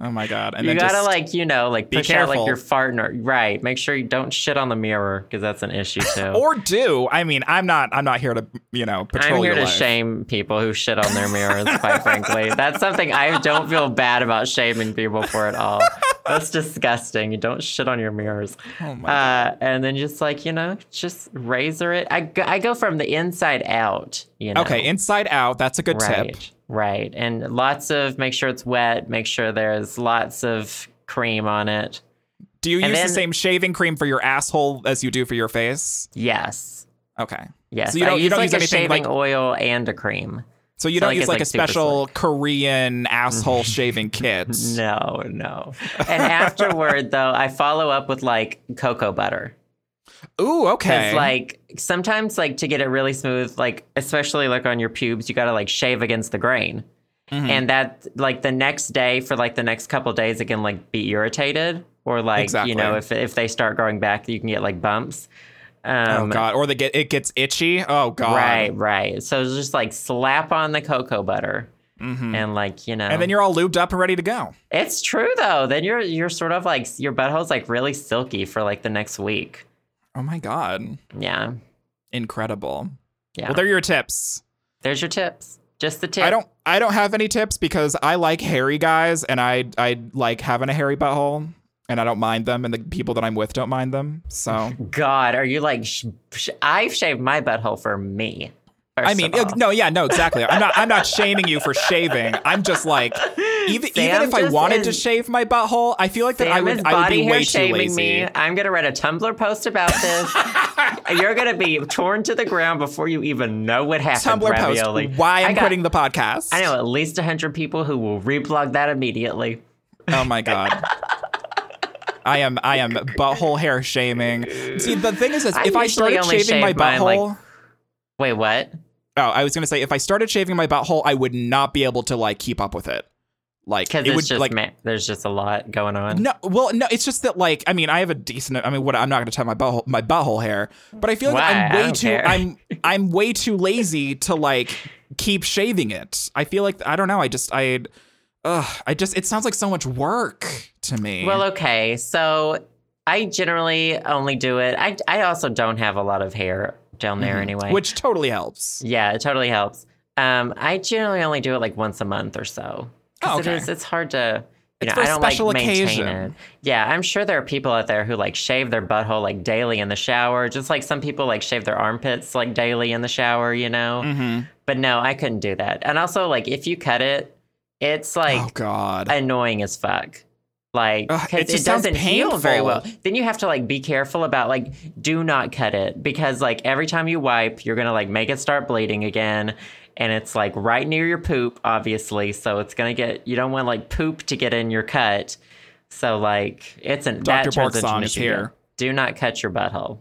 S2: oh my god. And
S1: you
S2: then
S1: gotta
S2: just,
S1: like, you know, like
S2: be
S1: push out
S2: careful.
S1: like your fartner. Right. Make sure you don't shit on the mirror because that's an issue too.
S2: or do. I mean, I'm not I'm not here to, you know,
S1: I'm
S2: patrol
S1: here
S2: your
S1: to
S2: life.
S1: shame people who shit on their mirrors, quite frankly. That's something I don't feel bad about shaming people for at all. That's disgusting. You don't shit on your mirrors.
S2: Oh my
S1: Uh, and then just like, you know, just razor it. I go, I go from the inside out, you know.
S2: Okay, inside out, that's a good
S1: Right.
S2: tip.
S1: Right. And lots of make sure it's wet, make sure there's lots of cream on it.
S2: Do you
S1: And
S2: use the
S1: then-
S2: same shaving cream for your asshole as you do for your face?
S1: Yes.
S2: Okay.
S1: Yes,
S2: So you don't-
S1: I
S2: you
S1: use
S2: don't
S1: like
S2: use
S1: a
S2: anything
S1: shaving
S2: like-
S1: oil and a cream.
S2: So you
S1: So,
S2: don't
S1: like,
S2: use
S1: it's,
S2: like,
S1: like,
S2: a
S1: super
S2: special Korean asshole shaving kit.
S1: No, no. And afterward, though, I follow up with like cocoa butter.
S2: Ooh,
S1: Because
S2: okay.
S1: like sometimes like to get it really smooth, like especially like on your pubes, you gotta like shave against the grain.
S2: Mm-hmm.
S1: And that like the next day for like the next couple days it can like be irritated. Or like
S2: Exactly.
S1: you know, if if they start growing back, you can get like bumps.
S2: oh
S1: Um
S2: god, or they get it gets itchy. Oh god.
S1: Right, right. So it's just like slap on the cocoa butter. And like, you know
S2: Mm-hmm. Mm. And then you're all lubed up and ready to go.
S1: it's true though. Then you're you're sort of like your butthole's like really silky for like the next week.
S2: Oh my god.
S1: Yeah.
S2: Incredible.
S1: Yeah.
S2: Well, they're your tips.
S1: There's your tips. Just the tip.
S2: I don't I don't have any tips because I like hairy guys and I I like having a hairy butthole and I don't mind them and the people that I'm with don't mind them. So
S1: God, are you like? Sh- sh- I've shaved my butthole for me.
S2: I mean,
S1: no.
S2: uh, no, yeah, no, exactly. I'm not I'm not shaming you for shaving. I'm just like even
S1: Sam
S2: even if I
S1: just
S2: wanted to
S1: is-
S2: shave my butthole, I feel like that I
S1: Sam
S2: would
S1: is
S2: I would
S1: body
S2: be
S1: hair
S2: way too
S1: shaming
S2: lazy.
S1: me. I'm gonna write a Tumblr post about this. You're gonna be torn to the ground before you even know what happened.
S2: Tumblr
S1: Ravioli.
S2: post why
S1: I
S2: I'm
S1: got-
S2: quitting the podcast.
S1: I know at least hundred people who will reblog that immediately.
S2: Oh my god. I am I am butthole hair shaming. See, the thing is, is
S1: I
S2: if I
S1: usually
S2: started
S1: only
S2: shaving my
S1: shave mine, like-
S2: butthole,
S1: Wait, what?
S2: oh, I was gonna say if I started shaving my butthole, I would not be able to like keep up with it. Like
S1: Because
S2: it would
S1: it's just
S2: like
S1: ma- there's just a lot going on.
S2: no, well, no, it's just that like I mean, I have a decent. I mean, what I'm not gonna tie my butthole my butthole hair, but I feel like
S1: Why?
S2: I'm
S1: I
S2: way
S1: don't
S2: too
S1: care.
S2: I'm I'm way too lazy to like keep shaving it. I feel like I don't know. I just I, ugh, I just it sounds like so much work to me.
S1: Well, okay. So I generally only do it. I I also don't have a lot of hair down there anyway.
S2: Mm-hmm. which totally helps.
S1: Yeah, it totally helps. Um, I generally only do it like once a month or so. 'Cause
S2: Oh, okay.
S1: It is, it's hard to. You
S2: It's
S1: know,
S2: for
S1: I
S2: a
S1: don't like
S2: special
S1: maintain
S2: occasion.
S1: it. Yeah, I'm sure there are people out there who like shave their butthole like daily in the shower, just like some people like shave their armpits like daily in the shower. You know,
S2: Mm.
S1: but no, I couldn't do that. And also, like if you cut it, it's like
S2: oh God.
S1: annoying as fuck. Like,
S2: Ugh, it
S1: because
S2: just
S1: it,
S2: sounds
S1: doesn't heal very well.
S2: painful.
S1: Then you have to like be careful about like, do not cut it because like every time you wipe, you're gonna like make it start bleeding again, and it's like right near your poop, obviously. So it's gonna get you don't want like poop to get in your cut. So like it's an
S2: Dr.
S1: that turns into
S2: Borgsong
S1: an
S2: is
S1: issue.
S2: here.
S1: Do not cut your butthole.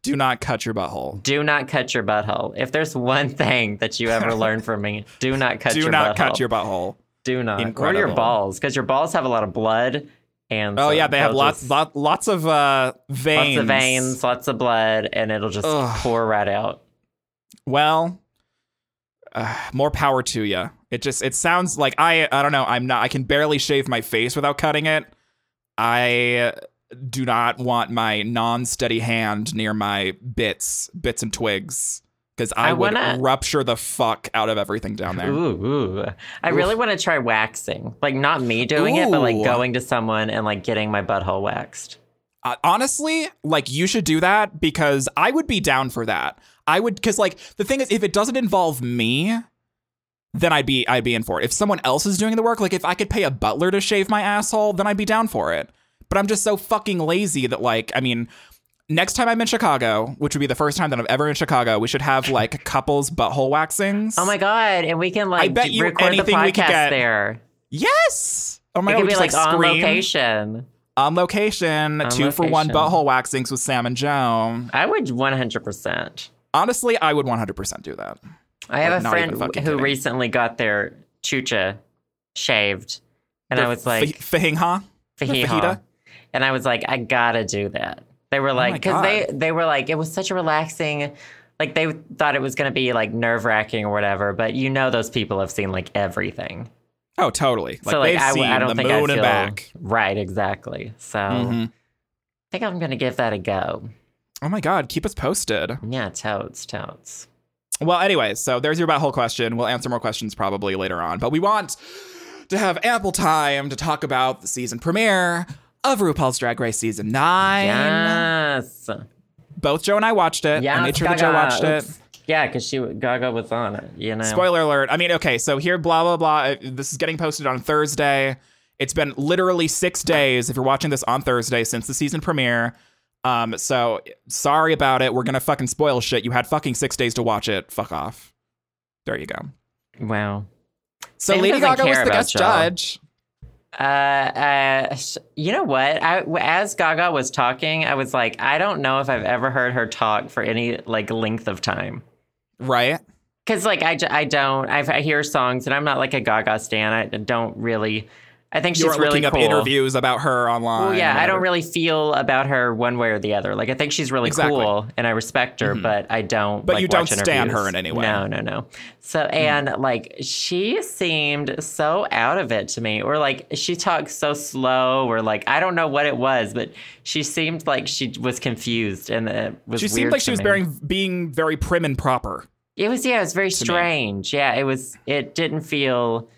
S2: Do not cut your butthole.
S1: Do not cut your butthole. If there's one thing that you ever learned from me, do not cut
S2: Do
S1: your
S2: not
S1: butthole.
S2: cut your butthole.
S1: Do not. Or
S2: Incredible.
S1: your balls, because your balls have a lot of blood. And so
S2: Oh yeah, they have
S1: they'll
S2: lots
S1: just-
S2: lot, lots of uh, veins.
S1: lots of veins, lots of blood, and it'll just
S2: Ugh.
S1: pour right out.
S2: Well, uh, more power to you. It just it sounds like I I don't know. I'm not. I can barely shave my face without cutting it. I do not want my non-steady hand near my bits, bits and twigs, because I,
S1: I
S2: would
S1: wanna-
S2: rupture the fuck out of everything down there.
S1: Ooh, ooh. I really want to try waxing. Like not me doing it, but
S2: Ooh.
S1: like going to someone and like getting my butthole waxed.
S2: Uh, honestly, like you should do that because I would be down for that. I would because like the thing is, if it doesn't involve me, then I'd be I'd be in for it. If someone else is doing the work, like if I could pay a butler to shave my asshole, then I'd be down for it. But I'm just so fucking lazy that like I mean, next time I'm in Chicago, which would be the first time that I've ever been in Chicago, we should have like couples butthole waxings.
S1: Oh my god! And we can like
S2: bet
S1: d-
S2: you
S1: record the
S2: anything
S1: podcast
S2: we could get.
S1: there.
S2: yes. Oh my
S1: It
S2: god,
S1: could
S2: we
S1: be
S2: just,
S1: like, on
S2: scream.
S1: location.
S2: On location,
S1: On
S2: two for one
S1: location.
S2: butthole waxings with Sam and Joan.
S1: I would one hundred percent.
S2: Honestly, I would 100% do that.
S1: I have
S2: Like,
S1: a
S2: not even
S1: friend who
S2: fucking kidding.
S1: recently got their chucha shaved, and I
S2: The
S1: was like,
S2: fa- fajinha?
S1: fajita.
S2: fajita? Oh
S1: And I was like, I gotta do that. They were like,
S2: my
S1: because they they were like, it was such a relaxing, like they thought it was gonna be like nerve wracking or whatever. But you know, those people have seen like everything.
S2: Oh, totally. Like,
S1: so like
S2: they've
S1: I,
S2: seen
S1: w- I don't
S2: the
S1: think I
S2: moon
S1: feel
S2: and back.
S1: right exactly. So
S2: Mhm.
S1: I think I'm gonna give that a go.
S2: Oh my god, keep us posted.
S1: Yeah, totes, totes.
S2: Well, anyway, so there's your butthole question. We'll answer more questions probably later on, but we want to have ample time to talk about the season premiere of RuPaul's Drag Race season nine.
S1: Yes.
S2: Both Joe and I watched it.
S1: Yes,
S2: I made sure that Joe
S1: Gaga.
S2: watched it.
S1: Oops. Yeah, because she Gaga was on it. You know.
S2: Spoiler alert. I mean, okay, so here, blah, blah, blah. Uh, This is getting posted on Thursday. It's been literally six days, if you're watching this on Thursday, since the season premiere. Um, so sorry about it. We're gonna fucking spoil shit. You had fucking six days to watch it. Fuck off. There you go.
S1: Wow.
S2: So
S1: Sam
S2: Lady
S1: doesn't
S2: Gaga was
S1: care
S2: the
S1: about
S2: guest
S1: y'all.
S2: judge.
S1: Uh, uh, sh- you know what? I, w- as Gaga was talking, I was like, I don't know if I've ever heard her talk for any like length of time.
S2: Right?
S1: Cause like I, j- I don't I've, I hear songs and I'm not like a Gaga stan. I don't really. I think
S2: You
S1: she's
S2: were
S1: really
S2: looking up
S1: cool.
S2: interviews about her online.
S1: Well, yeah,
S2: and
S1: I don't
S2: whatever.
S1: really feel about her one way or the other. Like I think she's really
S2: Exactly. Mm-hmm.
S1: cool and I respect her, but I don't.
S2: But
S1: like,
S2: you don't
S1: watch
S2: stan
S1: interviews.
S2: her in any way. Mm.
S1: No, no, no. So and like she seemed so out of it to me, or like she talked so slow, or like I don't know what it was, but she seemed like she was confused and it was.
S2: She seemed
S1: weird
S2: like
S1: to
S2: she was
S1: me.
S2: being being very prim and proper.
S1: It was yeah, it was very
S2: me.
S1: strange. Yeah, it was. It didn't feel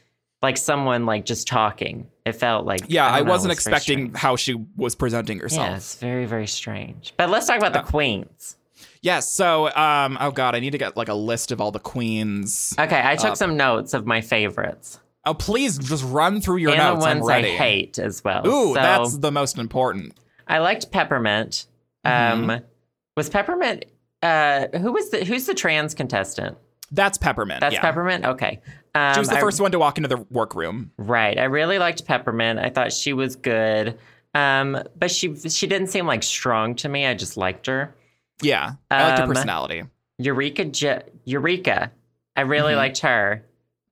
S1: like someone like just talking. It felt like
S2: Yeah, I,
S1: don't know, it
S2: wasn't
S1: was very strange.
S2: expecting how she was presenting herself.
S1: Yeah, it's very, very strange. But let's talk about the queens.
S2: Yes. So, um, oh god, I need to get like a list of all the queens.
S1: Okay, I
S2: Uh,
S1: took some notes of my favorites
S2: Oh, please just run through your
S1: and
S2: notes.
S1: the
S2: I'm
S1: ones I
S2: ready.
S1: hate as well.
S2: Ooh,
S1: so
S2: that's the most important.
S1: I liked Peppermint. Um,
S2: Mm-hmm.
S1: Was Peppermint? Uh, who was the who's the trans contestant?
S2: That's peppermint.
S1: That's
S2: yeah.
S1: Peppermint. Okay, um,
S2: She was the
S1: I-
S2: first one to walk into the workroom.
S1: Right. I really liked Peppermint. I thought she was good, um, but she she didn't seem like strong to me. I just liked her.
S2: Yeah, I liked her
S1: Um,
S2: personality.
S1: Eureka, Je- Eureka. I really
S2: Mhm.
S1: liked her.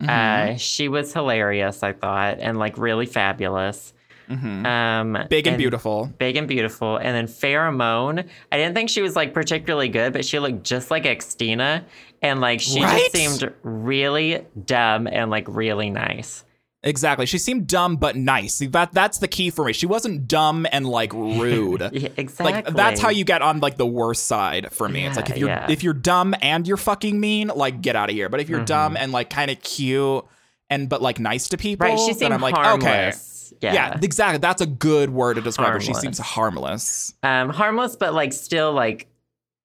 S2: Mhm,
S1: Uh, she was hilarious, I thought, and like really fabulous.
S2: mhm.
S1: Um,
S2: Big and, beautiful.
S1: Big and beautiful. And then Pheromone. I didn't think she was like particularly good, but she looked just like Extina. And like she
S2: Right?
S1: just seemed really dumb and like really nice.
S2: Exactly. She seemed dumb but nice. See, That that's the key for me. She wasn't dumb and like rude.
S1: Yeah, exactly.
S2: like that's how you get on like the worst side for me. it's like if
S1: Yeah,
S2: you're
S1: yeah.
S2: if you're dumb and you're fucking mean, like get out of here. But if you're dumb and like kind of cute and but like nice to people,
S1: Mm-hmm. Right. She
S2: then
S1: seemed
S2: I'm like
S1: harmless.
S2: okay. Yeah.
S1: Yeah.
S2: exactly. That's a good word to describe her. She
S1: Harmless.
S2: seems harmless.
S1: Um, harmless, but like still like.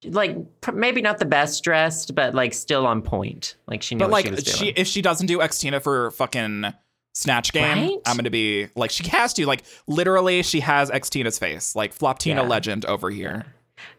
S1: Like pr- maybe not the best dressed, but like still on point. Like she knew
S2: But
S1: what
S2: like
S1: she was doing.
S2: she if she doesn't do Xtina for fucking Snatch Game,
S1: Right?
S2: I'm gonna be like she has to. Like literally, she has Xtina's face. Like Floptina
S1: Yeah.
S2: legend over here.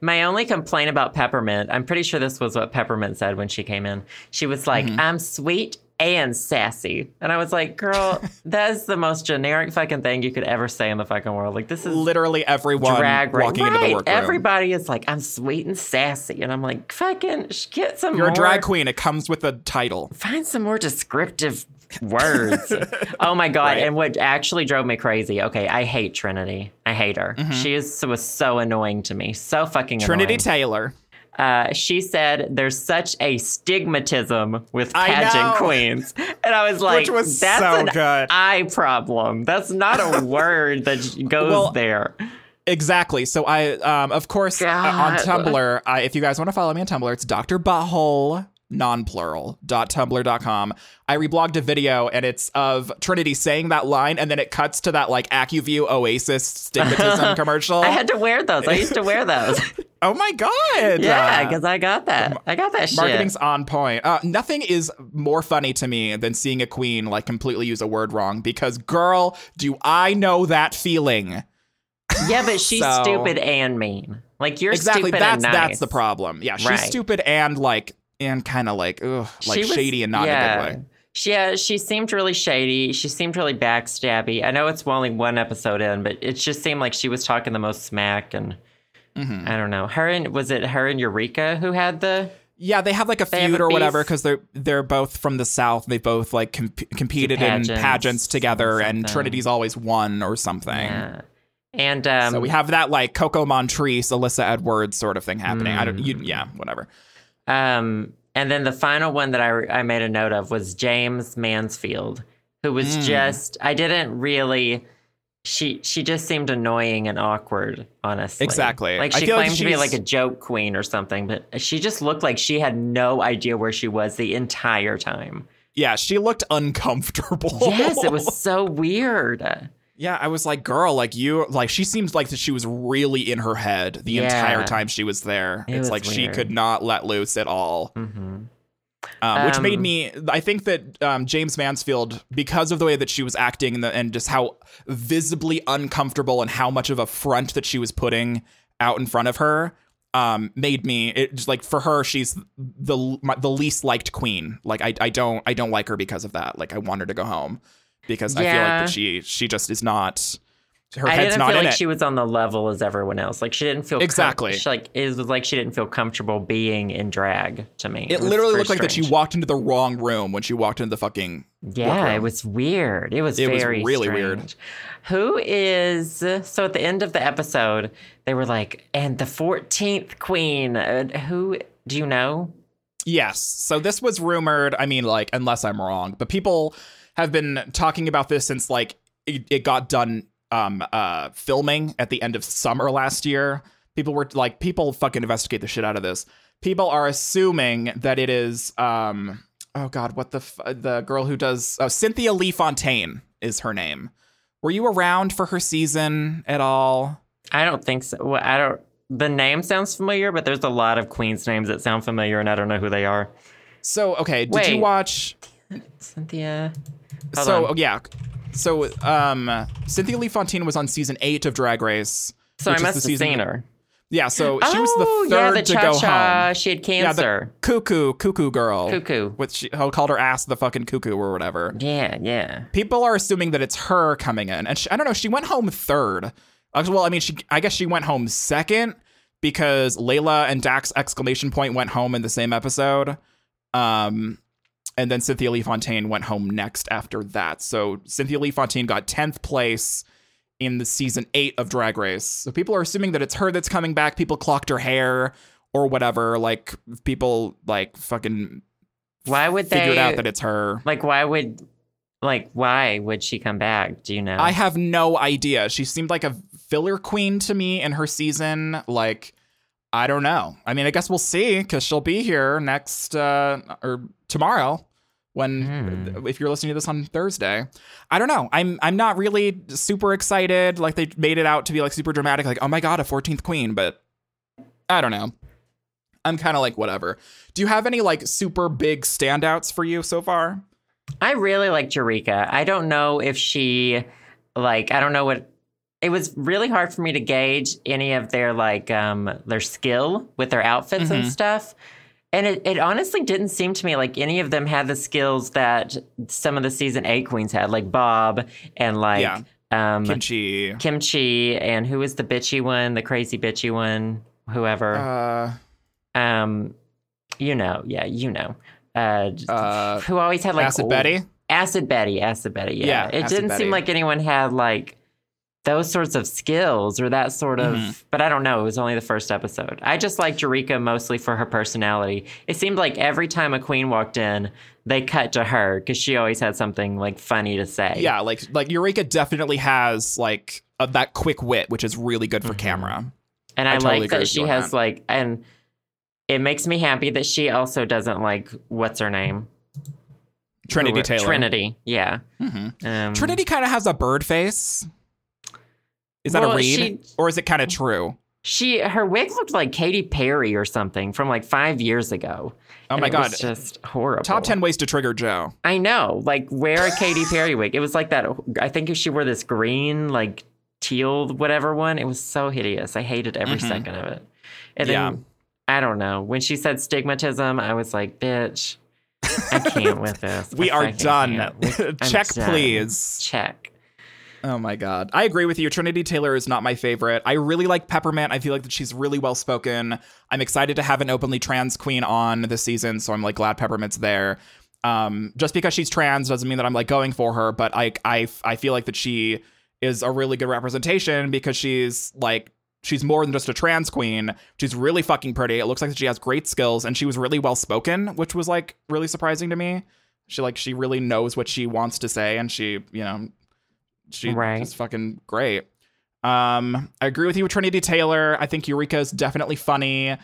S1: My only complaint about Peppermint, I'm pretty sure this was what Peppermint said when she came in. She was like,
S2: Mm-hmm.
S1: I'm sweet and sassy. And I was like, girl, that's the most generic fucking thing you could ever say in the fucking world. Like, this is
S2: Literally everyone
S1: drag race.
S2: walking into the
S1: Right.
S2: workroom.
S1: Everybody is like, I'm sweet and sassy. And I'm like, fucking sh- get some
S2: You're
S1: more.
S2: a drag queen. It comes with a title.
S1: Find some more descriptive words. oh my God.
S2: Right.
S1: And what actually drove me crazy. Okay, I hate Trinity. I hate her. She is, was so annoying to me. So fucking
S2: Mm-hmm. Trinity
S1: annoying.
S2: Taylor.
S1: uh, she said there's such a stigmatism with
S2: I
S1: pageant
S2: know.
S1: queens. And I was like,
S2: was
S1: that's
S2: so
S1: an
S2: good."
S1: eye problem. That's not a word that goes
S2: Well,
S1: there.
S2: Exactly. So I, um, of course, uh, on
S1: God.
S2: Tumblr. I, if you guys want to follow me on Tumblr, it's Doctor Butthole nonplural dot tumblr dot com. I reblogged a video and it's of Trinity saying that line, and then it cuts to that like AccuView Oasis stigmatism commercial.
S1: I had to wear those. I used to wear those.
S2: oh my god!
S1: yeah,
S2: Uh,
S1: because I got that. I got that shit.
S2: Marketing's on point. Uh, nothing is more funny to me than seeing a queen like completely use a word wrong because, girl, do I know that feeling?
S1: yeah, but she's
S2: So-
S1: stupid and mean. Like you're
S2: exactly
S1: stupid
S2: that's
S1: and nice.
S2: that's the problem yeah she's
S1: Right.
S2: stupid and like and kind of like ugh, like
S1: She was-
S2: shady and not
S1: yeah.
S2: in a good way
S1: She, yeah, she seemed really shady. She seemed really backstabby. I know it's only one episode in, but it just seemed like she was talking the most smack and
S2: Mhm.
S1: I don't know. Her and was it her and Eureka who had the
S2: yeah they have like a
S1: They have
S2: feud
S1: a
S2: or whatever
S1: beef.
S2: because they're they're both from the south they both like com- competed in
S1: pageants
S2: pageants together
S1: or
S2: and
S1: something.
S2: trinity's always won or something
S1: Yeah. uh, and um
S2: so we have that like coco montrese alyssa edwards sort of thing happening i don't you
S1: Hmm.
S2: yeah whatever
S1: um and then the final one that I I made a note of was James Mansfield, who was
S2: Hmm.
S1: just I didn't really she she just seemed annoying and awkward, honestly.
S2: Exactly.
S1: Like
S2: I
S1: she
S2: feel like
S1: claimed to be
S2: she's-
S1: like a joke queen or something, but she just looked like she had no idea where she was the entire time.
S2: yeah she looked uncomfortable
S1: Yes, it was so weird.
S2: Yeah, I was like, girl, like you, like she seems like that she was really in her head the
S1: Yeah.
S2: entire time she was there.
S1: It
S2: it's
S1: was
S2: like she
S1: weird.
S2: could not let loose at all,
S1: hmm
S2: um, which made
S1: Um,
S2: me. I think that um, James Mansfield, because of the way that she was acting and, the, and just how visibly uncomfortable and how much of a front that she was putting out in front of her um made me it just like for her she's the my, the least liked queen like I I don't I don't like her because of that like I want her to go home because I feel like
S1: Yeah.
S2: that she she just is not her
S1: I
S2: head's
S1: didn't
S2: not
S1: feel
S2: in
S1: like
S2: it
S1: she was on the level as everyone else. Like she didn't feel com-
S2: Exactly.
S1: she, like it was like she didn't feel comfortable being in drag to me.
S2: it
S1: was
S2: literally
S1: very
S2: looked like that she
S1: strange.
S2: walked into the wrong room when she walked into the fucking
S1: Yeah, it
S2: room.
S1: was weird. It was
S2: It was
S1: very
S2: really
S1: strange.
S2: weird.
S1: Who is so at the end of the episode they were like and the 14th queen uh, who do you know?
S2: Yes. So this was rumored, I mean, like, unless I'm wrong, but people have been talking about this since, like, it, it got done um, uh, filming at the end of summer last year. People were, like, people fucking investigate the shit out of this. People are assuming that it is, um, oh God, what the, f- the girl who does, oh, Cynthia Lee Fontaine is her name. Were you around for her season at all?
S1: I don't think so. Well, I don't the name sounds familiar, but there's a lot of queens names that sound familiar and I don't know who they are.
S2: So, okay, did you
S1: Wait.
S2: watch
S1: Cynthia. Hold
S2: so
S1: on.
S2: yeah, so um, Cynthia Lee Fontaine was on season eight of Drag Race.
S1: So I
S2: which is
S1: must
S2: the
S1: have
S2: season-
S1: seen her.
S2: Yeah, so she was the
S1: Oh,
S2: third
S1: yeah, the
S2: to go
S1: cha-cha.
S2: home.
S1: She had
S2: Yeah, the
S1: cancer.
S2: cuckoo, cuckoo girl,
S1: Cuckoo.
S2: Which she how- called her ass the fucking cuckoo or whatever.
S1: Yeah, yeah.
S2: People are assuming that it's her coming in, and she, I don't know. She went home third. Uh, Well, I mean, she I guess she went home second because Layla and Dax exclamation point went home in the same episode. Um, and then Cynthia Lee Fontaine went home next after that. So Cynthia Lee Fontaine got 10th place in the season 8 of Drag Race. So people are assuming that it's her that's coming back. People clocked her hair or whatever. Like people like fucking
S1: Why would they
S2: figured out that it's her.
S1: like why would like why would she come back? Do you know?
S2: I have no idea. She seemed like a filler queen to me in her season. Like, I don't know. I mean, I guess we'll see because she'll be here next uh, or tomorrow when
S1: Hmm.
S2: if you're listening to this on Thursday. I don't know. I'm I'm not really super excited. Like they made it out to be like super dramatic. Like, oh my god, a 14th queen, but I don't know. I'm kind of like whatever. Do you have any like super big standouts for you so far?
S1: I really liked Eureka. I don't know if she like I don't know what it was really hard for me to gauge any of their like um their skill with their outfits
S2: Mhm.
S1: and stuff. And it, it honestly didn't seem to me like any of them had the skills that some of the season eight queens had, like Bob and like
S2: Yeah.
S1: um
S2: Kimchi.
S1: Kimchi and who is the bitchy one, the crazy bitchy one, whoever.
S2: Uh,
S1: um, you know, yeah, you know. Uh, j-
S2: uh,
S1: who always had like
S2: Acid
S1: old-
S2: Betty.
S1: Acid Betty, Acid Betty.
S2: Yeah,
S1: Yeah, it
S2: Acid
S1: didn't
S2: Betty.
S1: seem like anyone had like those sorts of skills or that sort of.
S2: Mm-hmm.
S1: But I don't know. It was only the first episode. I just liked Eureka mostly for her personality. It seemed like every time a queen walked in, they cut to her because she always had something like funny to say.
S2: Yeah, like like Eureka definitely has like a, that quick wit, which is really good for
S1: Mm-hmm.
S2: camera.
S1: And I,
S2: I totally
S1: like
S2: agree
S1: that
S2: with you
S1: she
S2: on
S1: has
S2: that.
S1: like and it makes me happy that she also doesn't like what's her name?
S2: Trinity
S1: Who-
S2: Taylor.
S1: Trinity, yeah.
S2: Mhm.
S1: Um,
S2: Trinity kind of has a bird face. Is that a
S1: Well,
S2: read,
S1: she-
S2: or is it kind of true?
S1: She her wig looked like Katy Perry or something from like five years ago.
S2: Oh
S1: And
S2: my
S1: it was
S2: god!
S1: just horrible.
S2: Top ten ways to trigger Joe.
S1: I know. Like wear a Katy Perry wig. It was like that. I think she wore this green like teal whatever one. It was so hideous. I hated every
S2: Mhm.
S1: second of it. And
S2: Yeah.
S1: then I don't know. When she said stigmatism, I was like, bitch, I can't with this.
S2: We
S1: I
S2: are
S1: fucking
S2: done.
S1: can't with- I'm
S2: Check,
S1: done.
S2: please.
S1: Check.
S2: Oh my god. I agree with you. Trinity Taylor is not my favorite. I really like Peppermint. I feel like that she's really well spoken. I'm excited to have an openly trans queen on this season, so I'm like glad Peppermint's there. Um just because she's trans doesn't mean that I'm like going for her, but I I I feel like that she is a really good representation because she's like she's more than just a trans queen. She's really fucking pretty. It looks like that she has great skills and she was really well spoken, which was like really surprising to me. She like she really knows what she wants to say and she, you know, she
S1: Right.
S2: is fucking great. Um, I agree with you with Trinity Taylor. I think Eureka is definitely funny.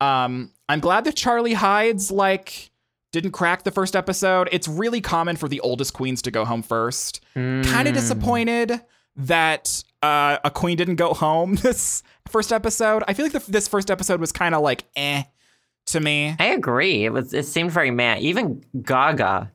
S2: Um, I'm glad that Charlie Hyde's like didn't crack the first episode. It's really common for the oldest queens to go home first.
S1: Mm. Hmm.
S2: Kind of disappointed that uh, a queen didn't go home this first episode. I feel like the, this first episode was kind of like eh to me.
S1: I agree. It was. It seemed very mad. Even Gaga.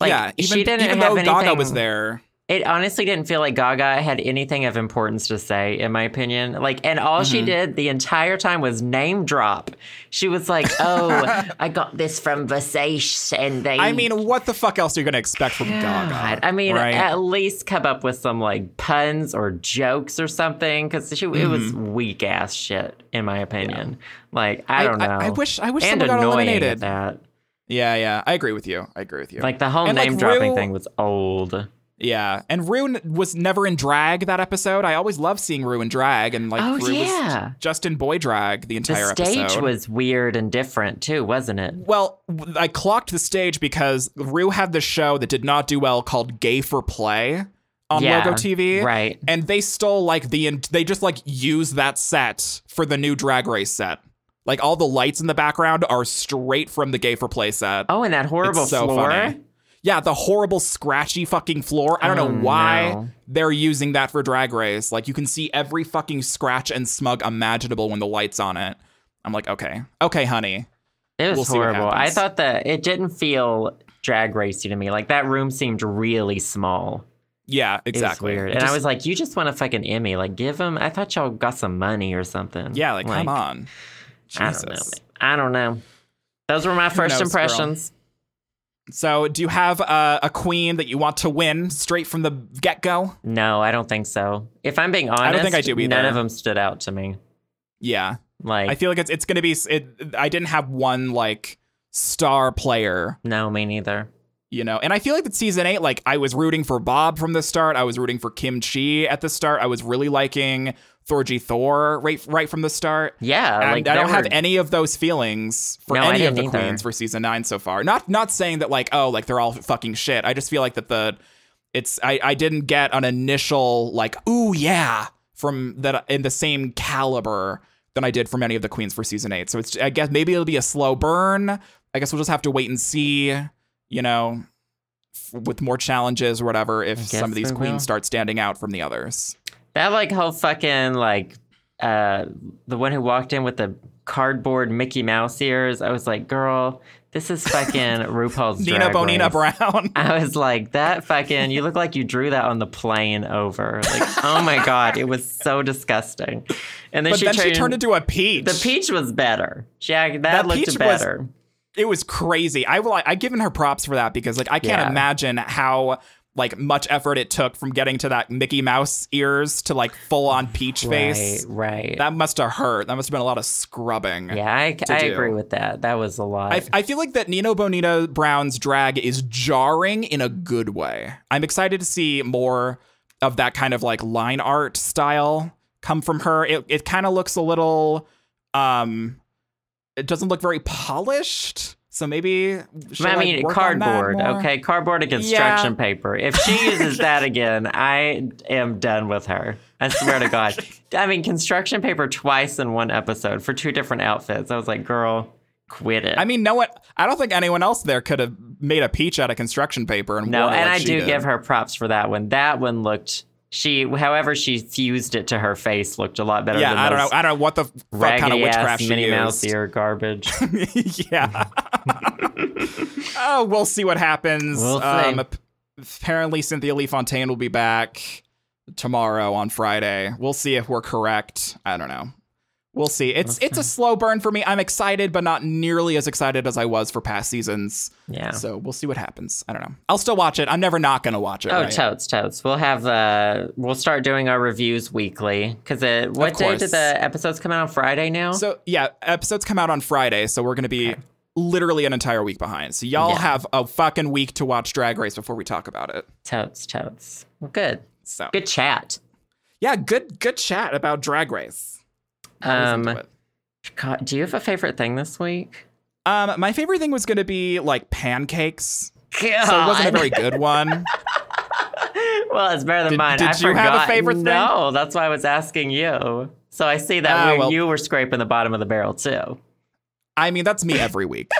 S1: Like,
S2: yeah, even,
S1: she didn't
S2: even
S1: have
S2: though Gaga
S1: anything-
S2: was there.
S1: It honestly didn't feel like Gaga had anything of importance to say, in my opinion. Like, and all
S2: Mm-hmm.
S1: she did the entire time was name drop. She was like, "Oh, I got this from Versace," and they.
S2: I mean, what the fuck else are you gonna expect from
S1: God.
S2: Gaga?
S1: I mean,
S2: right?
S1: at least come up with some like puns or jokes or something because it was weak ass shit, in my opinion. Like I, don't know.
S2: Mm-hmm. I, wish I wish
S1: and
S2: someone got
S1: annoying at
S2: eliminated.
S1: that.
S2: Yeah, yeah, I agree with you. I agree with you.
S1: Like the whole
S2: And, like,
S1: name dropping
S2: Rue-
S1: thing was old.
S2: yeah, and Rue was never in drag that episode. I always love seeing Rue in drag, and like
S1: Oh,
S2: Rue
S1: yeah.
S2: was just in boy drag the
S1: The
S2: entire
S1: stage
S2: episode.
S1: was weird and different too, wasn't it?
S2: Well, w- I clocked the stage because Rue had this show that did not do well called Gay for Play on
S1: Yeah,
S2: Logo TV.
S1: right.
S2: And they stole like the en- they just like used that set for the new Drag Race set. Like all the lights in the background are straight from the Gay for Play set.
S1: Oh, and that horrible
S2: it's so
S1: floor.
S2: funny. Yeah, the horrible scratchy fucking floor. I don't
S1: Oh,
S2: know why
S1: no.
S2: they're using that for Drag Race. Like you can see every fucking scratch and smug imaginable when the lights on it. I'm like, okay, okay, honey.
S1: It was
S2: We'll see what
S1: horrible. I
S2: happens.
S1: thought that it didn't feel drag racy to me. Like that room seemed really small.
S2: Yeah,
S1: It was
S2: exactly.
S1: weird. And I was like, you just want a fucking Emmy. Like, give him. I thought y'all got some money or something.
S2: Yeah, like, come on.
S1: I
S2: Jesus.
S1: don't know. I don't know. Those were my first
S2: knows, girl?
S1: impressions.
S2: So, do you have uh, a queen that you want to win straight from the get go?
S1: No, I don't think so. If I'm being honest,
S2: don't think I do either.
S1: None of them stood out to me.
S2: Yeah,
S1: Like,
S2: I feel like it's it's gonna be. It, I didn't have one like star player,
S1: no, me neither.
S2: you know. And I feel like that season eight, like I was rooting for Bob from the start. I was rooting for Kim Chi at the start. I was really liking Thorgy Thor right right from the start.
S1: Yeah,
S2: And
S1: like
S2: I don't
S1: there
S2: have
S1: were-
S2: any of those feelings for
S1: No, I
S2: any of the
S1: didn't either.
S2: queens for season nine so far. Not not saying that like oh like they're all fucking shit. I just feel like that the it's I I didn't get an initial like ooh yeah from that in the same caliber than I did from any of the queens for season eight. So it's I guess maybe it'll be a slow burn. I guess we'll just have to wait and see. You know. f- With more challenges or whatever, if
S1: guess
S2: some of these
S1: we will.
S2: queens start standing out from the others.
S1: That like whole fucking like uh the one who walked in with the cardboard Mickey Mouse ears. I was like, girl, this is fucking RuPaul's
S2: Nina
S1: Drag
S2: Bonina
S1: Race.
S2: Brown.
S1: I was like, that fucking, you look like you drew that on the plane over. Like, oh my God, it was so disgusting. And then,
S2: but
S1: she,
S2: then
S1: turned,
S2: she turned into a peach.
S1: The peach was better. She, act- that,
S2: That
S1: looked
S2: peach was-
S1: better.
S2: it was crazy. I will. I, I've given her props for that because like I can't
S1: Yeah.
S2: imagine how like much effort it took from getting to that Mickey Mouse ears to like full on peach face.
S1: Right, right.
S2: That must have hurt. That must have been a lot of scrubbing.
S1: yeah, I, I
S2: do.
S1: agree with that. That was a lot.
S2: I, I feel like that Nino Bonito Brown's drag is jarring in a good way. I'm excited to see more of that kind of like line art style come from her. It it kind of looks a little um it doesn't look very polished. So maybe she'll,
S1: I
S2: like,
S1: mean,
S2: work on that
S1: cardboard.
S2: more.
S1: Okay, cardboard and construction
S2: Yeah.
S1: paper. If she uses that again, I am done with her. I swear to God. I mean, construction paper twice in one episode for two different outfits. I was like, girl, quit it.
S2: I mean, no one. I don't think anyone else there could have made a peach out of construction paper and
S1: no,
S2: worn it
S1: and
S2: like
S1: I
S2: she
S1: do
S2: did.
S1: give her props for that one. That one looked. She, however, she fused it to her face looked a lot better.
S2: Yeah,
S1: than
S2: I don't know.
S1: those
S2: I don't know what the fuck kind of
S1: raggedy-ass
S2: witchcraft she
S1: Minnie
S2: used.
S1: Mouse ear garbage.
S2: yeah. oh, we'll see what happens. Um,
S1: We'll see.
S2: ap- apparently, Cynthia Lee Fontaine will be back tomorrow on Friday. We'll see if we're correct. I don't know. We'll see. It's it's a slow burn for me. I'm excited, but not nearly as excited as I was for past seasons.
S1: yeah.
S2: So we'll see what happens. I don't know. I'll still watch it. I'm never not gonna watch it.
S1: Oh,
S2: right?
S1: totes, totes. We'll have uh, we'll start doing our reviews weekly because what
S2: Of
S1: day did
S2: course.
S1: the episodes come out on Friday now?
S2: So yeah, episodes come out on Friday, so we're gonna be literally an entire week behind. So y'all
S1: Yeah.
S2: have a fucking week to watch Drag Race before we talk about it.
S1: totes, totes. Well, good,
S2: So
S1: good chat.
S2: yeah, good good chat about Drag Race. I was into
S1: Um,
S2: it.
S1: God, do you have a favorite thing this week?
S2: um, my favorite thing was gonna be like pancakes.
S1: God.
S2: So it wasn't a very good one.
S1: well, it's better than mine.
S2: did
S1: I
S2: you have a
S1: forgot.
S2: favorite thing?
S1: No, that's why I was asking you. So I see that
S2: Ah,
S1: we-
S2: well-
S1: you were scraping the bottom of the barrel too.
S2: I mean, that's me every week.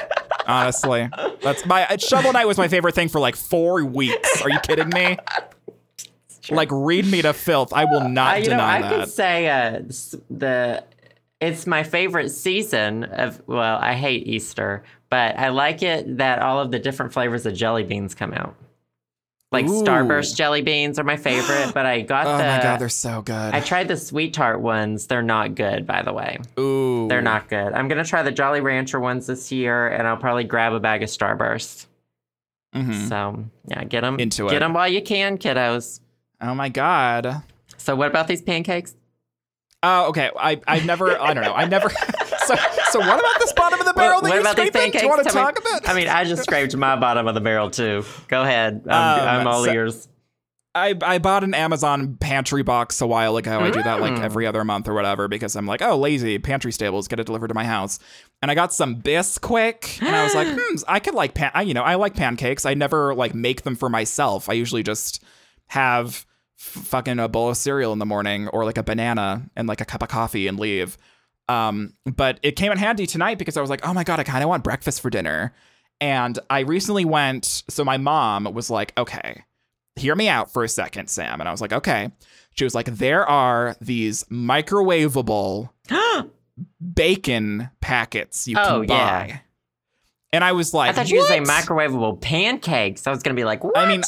S2: Honestly, that's my uh, shovel night was my favorite thing for like four weeks. Are you kidding me? Like, read me to filth. I will not
S1: I, you know,
S2: deny
S1: I
S2: that.
S1: could say uh, s- the it's my favorite season of. Well, I hate Easter, but I like it that all of the different flavors of jelly beans come out. Like
S2: Ooh.
S1: Starburst jelly beans are my favorite, but I got
S2: Oh
S1: the.
S2: my god, they're so good.
S1: I tried the sweet tart ones. They're not good, by the way.
S2: Ooh,
S1: They're not good. I'm gonna try the Jolly Rancher ones this year, and I'll probably grab a bag of Starburst.
S2: Mhm.
S1: So yeah, get them
S2: Into
S1: Get
S2: it.
S1: them while you can, kiddos.
S2: Oh my god.
S1: So what about these pancakes?
S2: Oh, okay. I I've never. I don't know. I never. so so what about this bottom of the barrel
S1: What,
S2: that
S1: what
S2: you're
S1: about these
S2: scraping?
S1: pancakes?
S2: Do you want to
S1: Tell
S2: talk
S1: me-
S2: about?
S1: I mean, I just scraped my bottom of the barrel too. Go ahead. I'm,
S2: Um,
S1: I'm all
S2: so-
S1: ears.
S2: I I bought an Amazon pantry box a while ago. I do that like every other month or whatever because I'm like, oh, lazy pantry stables, get it delivered to my house. And I got some Bisquick, and I was like, hmm, I could like pan. I, you know, I like pancakes. I never like make them for myself. I usually just have f- fucking a bowl of cereal in the morning or like a banana and like a cup of coffee and leave. Um, but it came in handy tonight because I was like, oh my god, I kind of want breakfast for dinner. And I recently went. So my mom was like, okay hear me out for a second, Sam. And I was like, okay. She was like, there are these microwavable bacon packets you
S1: Oh,
S2: can
S1: yeah.
S2: buy. And I was like,
S1: I thought you were
S2: what?
S1: gonna say microwavable pancakes. I was gonna be like, what?
S2: I mean,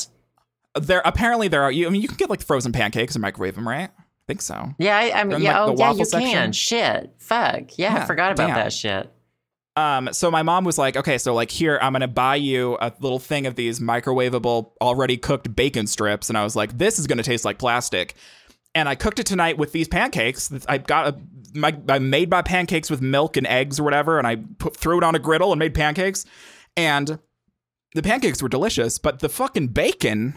S2: there apparently there are. You, I mean, you can get like frozen pancakes and microwave them, right? I think so.
S1: yeah, I, I mean,
S2: in,
S1: yeah,
S2: like,
S1: oh
S2: the
S1: yeah,
S2: waffle
S1: you
S2: section?
S1: can. Shit, fuck. Yeah, I
S2: Yeah,
S1: forgot about
S2: damn.
S1: that shit.
S2: Um, so my mom was like, okay, so like here, I'm gonna buy you a little thing of these microwavable, already cooked bacon strips, and I was like, this is gonna taste like plastic. And I cooked it tonight with these pancakes. I got a, my, I made my pancakes with milk and eggs or whatever, and I put, threw it on a griddle and made pancakes. And the pancakes were delicious, but the fucking bacon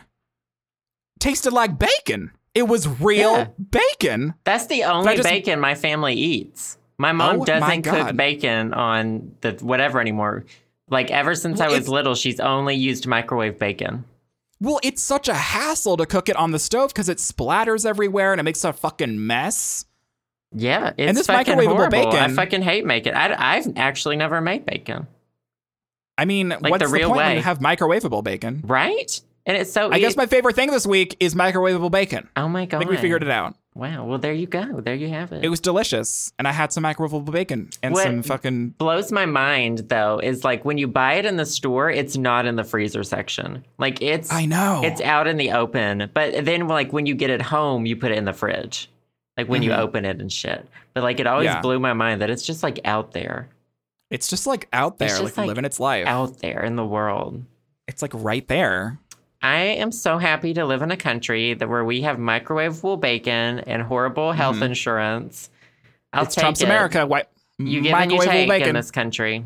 S2: tasted like bacon. It was real
S1: Yeah.
S2: bacon.
S1: That's the only
S2: just-
S1: bacon my family eats. My mom
S2: Oh my
S1: doesn't cook
S2: God.
S1: bacon on the whatever anymore. Like ever since I
S2: Well,
S1: was
S2: it's-
S1: little, she's only used microwave bacon.
S2: Well, it's such a hassle to cook it on the stove because it splatters everywhere and it makes a fucking mess.
S1: Yeah, it's
S2: this
S1: fucking
S2: microwavable
S1: horrible. I
S2: bacon-
S1: fucking hate making. I, have actually never made bacon,
S2: I mean, what's
S1: the
S2: the,
S1: real
S2: point when
S1: way.
S2: you have microwavable bacon?
S1: right? And it's so.
S2: I guess
S1: it-
S2: my favorite thing this week is microwavable bacon.
S1: Oh my god!
S2: I think we figured it out.
S1: Wow. Well, there you go. There you have it.
S2: It was delicious, and I had some microwavable bacon and
S1: What-
S2: some fucking.
S1: blows my mind though is like when you buy it in the store, it's not in the freezer section. Like it's
S2: I know.
S1: it's out in the open. But then like when you get it home, you put it in the fridge. Like when you
S2: Mhm.
S1: open it and shit. But like it always
S2: Yeah.
S1: blew my mind that it's just like out there.
S2: It's just like out there,
S1: It's
S2: like,
S1: just, like,
S2: living its life.
S1: Out there in the world.
S2: It's like right there.
S1: I am so happy to live in a country that where we have microwavable bacon and horrible health
S2: Mhm.
S1: insurance. I'll
S2: it's
S1: take
S2: Trump's
S1: it.
S2: America. Why?
S1: You give and you
S2: microwavable
S1: take
S2: bacon.
S1: in this country.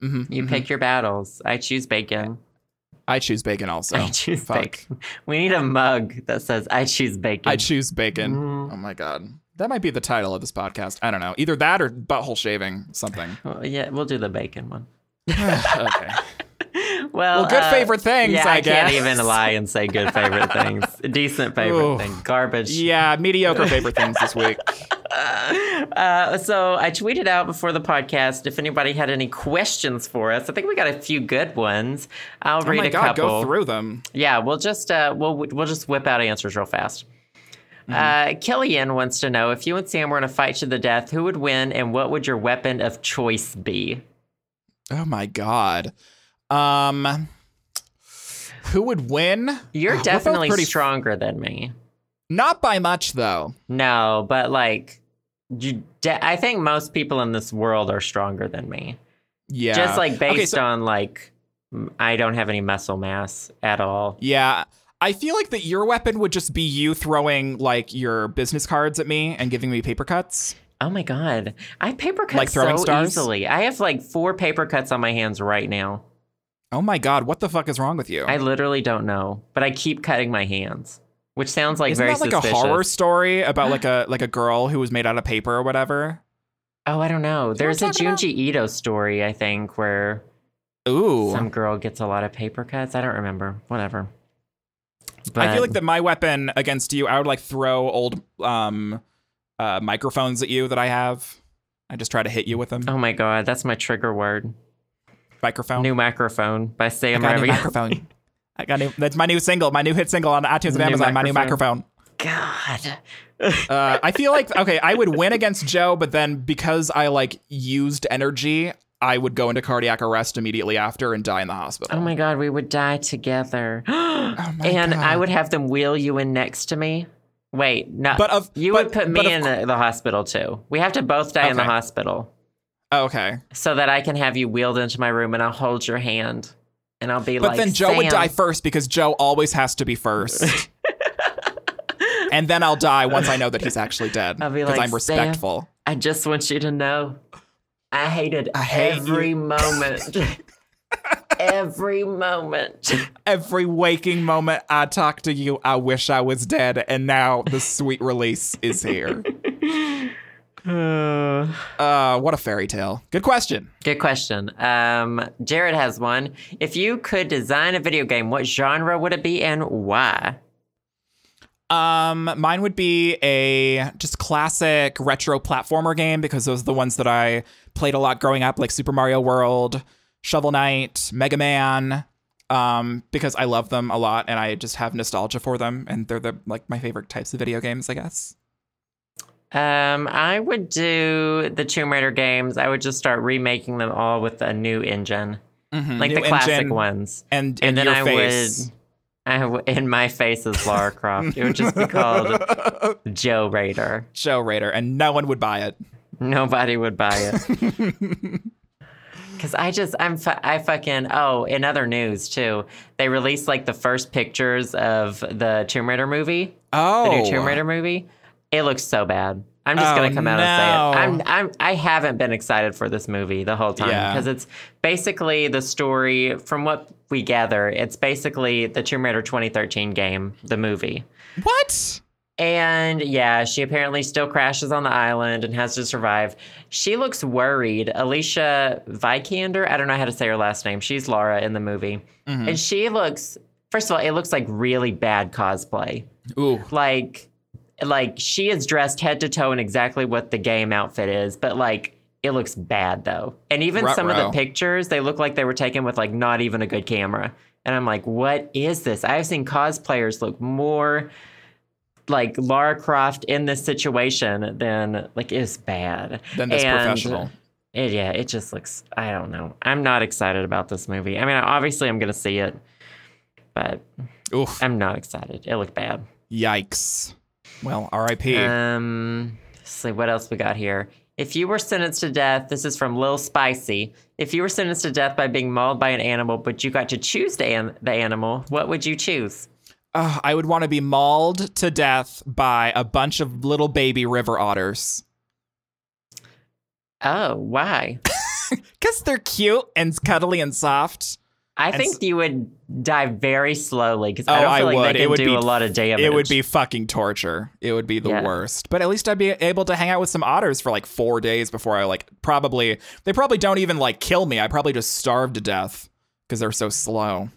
S2: Mhm,
S1: You
S2: mhm.
S1: pick your battles. I choose bacon.
S2: I choose bacon also.
S1: I choose
S2: Oh, Fuck.
S1: bacon. We need a mug that says I choose bacon.
S2: I choose bacon.
S1: Mm.
S2: Oh my god, that might be the title of this podcast. I don't know. Either that or butthole shaving. Something.
S1: Well, yeah, we'll do the bacon one.
S2: okay.
S1: Well,
S2: Well, good
S1: uh,
S2: favorite things,
S1: Yeah, I
S2: I
S1: can't
S2: guess.
S1: even lie and say good favorite things. Decent favorite
S2: Ooh.
S1: thing. Garbage.
S2: Yeah, mediocre favorite things this week. Oh
S1: Uh, so I tweeted out before the podcast if anybody had any questions for us. I think we got a few good ones. I'll
S2: oh
S1: read
S2: my
S1: a
S2: god,
S1: couple.
S2: go through them.
S1: Yeah, we'll just uh, we'll we'll just whip out answers real fast.
S2: Mm-hmm.
S1: Uh, Killian wants to know if you and Sam were in a fight to the death, who would win, and what would your weapon of choice be?
S2: Oh my god. Um who would win?
S1: You're
S2: We're both
S1: definitely
S2: pretty-
S1: stronger than me.
S2: Not by much though.
S1: No, but like, you de- I think most people in this world are stronger than me.
S2: Yeah.
S1: Just like based
S2: Okay, so-
S1: on like, m- I don't have any muscle mass at all.
S2: Yeah. I feel like that your weapon would just be you throwing like your business cards at me and giving me paper cuts.
S1: Oh my god, I paper cut
S2: Like
S1: so
S2: throwing stars?
S1: easily. I have like four paper cuts on my hands right now.
S2: Oh my god, what the fuck is wrong with you?
S1: I literally don't know, but I keep cutting my hands, which sounds like
S2: Isn't
S1: very
S2: that like
S1: suspicious.
S2: a horror story about like a like a girl who was made out of paper or whatever?
S1: Oh, I don't know.
S2: you know
S1: There's a
S2: what I'm talking about?
S1: Junji Ito story, I think, where
S2: Ooh.
S1: some girl gets a lot of paper cuts. I don't remember. Whatever.
S2: I feel
S1: But-
S2: like that my weapon against you, I would like throw old um uh microphones at you that I have. I just try to hit you with them.
S1: Oh my god, that's my trigger word.
S2: Microphone.
S1: New microphone by Sam
S2: I got a new
S1: Ravi.
S2: microphone. I got new, that's my new single, my new hit single on iTunes and
S1: New
S2: Amazon. My new
S1: microphone.
S2: microphone.
S1: God.
S2: Uh, I feel like okay, I would win against Joe, but then because I like used energy, I would go into cardiac arrest immediately after and die in the hospital.
S1: Oh my God, we would die together.
S2: Oh my
S1: and
S2: God.
S1: I would have them wheel you in next to me. Wait, no.
S2: But of-
S1: you
S2: but-
S1: would put
S2: but
S1: me
S2: of
S1: in the, the hospital too. We have to both die in the
S2: Okay.
S1: hospital
S2: oh, okay.
S1: so that I can have you wheeled into my room and I'll hold your hand and I'll be
S2: But
S1: like,
S2: then Joe
S1: "Sam."
S2: would die first because Joe always has to be first. and then I'll die once I know that he's actually dead.
S1: I'll be
S2: because
S1: like,
S2: I'm respectful.
S1: I just want you to know I hated
S2: I hate
S1: every moment. every moment.
S2: Every waking moment I talk to you, I wish I was dead. And now the sweet release is here. Uh, what a fairy tale. Good question.
S1: Good question. Um, Jared has one. If you could design a video game, what genre would it be and why?
S2: Um, mine would be a just classic retro platformer game because those are the ones that I played a lot growing up, like Super Mario World, Shovel Knight, Mega Man. Um, because I love them a lot and I just have nostalgia for them, and they're the like my favorite types of video games, I guess.
S1: Um, I would do the Tomb Raider games. I would just start remaking them all with a new engine,
S2: Mhm.
S1: like
S2: New
S1: the classic
S2: engine
S1: ones.
S2: and
S1: And
S2: and,
S1: then
S2: your
S1: I
S2: face.
S1: would, I w- in my face is Lara Croft. It would just be called Joe Raider.
S2: Show Raider, and no one would buy it.
S1: Nobody would buy it. Cause I just I'm fu- I fucking oh in other news too they released like the first pictures of the Tomb Raider movie the
S2: Oh,
S1: new Tomb Raider movie it looks so bad I'm just
S2: Oh,
S1: gonna come out and
S2: no.
S1: say it I'm I'm I haven't been excited for this movie the whole time
S2: Yeah.
S1: because it's basically the story from what we gather it's basically the Tomb Raider 2013 game the movie
S2: What?
S1: and yeah, she apparently still crashes on the island and has to survive. She looks worried. Alicia Vikander, I don't know how to say her last name. She's Laura in the movie.
S2: Mm-hmm.
S1: And she looks, first of all, it looks like really bad cosplay.
S2: Ooh.
S1: Like, like she is dressed head to toe in exactly what the game outfit is, but like it looks bad though. And even
S2: Ruh-roh.
S1: some of the pictures, they look like they were taken with like not even a good camera. And I'm like, what is this? I've seen cosplayers look more like Lara Croft in this situation than like is bad.
S2: Then this
S1: And-
S2: professional.
S1: It, yeah, it just looks. I don't know. I'm not excited about this movie. I mean, obviously I'm gonna see it, but
S2: Oof.
S1: I'm not excited. It looked bad.
S2: Yikes. Well, R.I.P.
S1: Um, let's see what else we got here. If you were sentenced to death, this is from Lil Spicy. If you were sentenced to death by being mauled by an animal, but you got to choose the, an- the animal, what would you choose?
S2: Ugh, I would want to be mauled to death by a bunch of little baby river otters.
S1: Oh, why?
S2: Because they're cute and cuddly and soft.
S1: I
S2: And
S1: think you would die very slowly because
S2: Oh,
S1: I don't
S2: I
S1: feel like
S2: would.
S1: they
S2: It
S1: can
S2: would
S1: do
S2: be-
S1: a lot of damage.
S2: It would be fucking torture. It would be the
S1: Yeah.
S2: worst. But at least I'd be able to hang out with some otters for like four days before I like probably, they probably don't even like kill me. I probably just starve to death because they're so slow.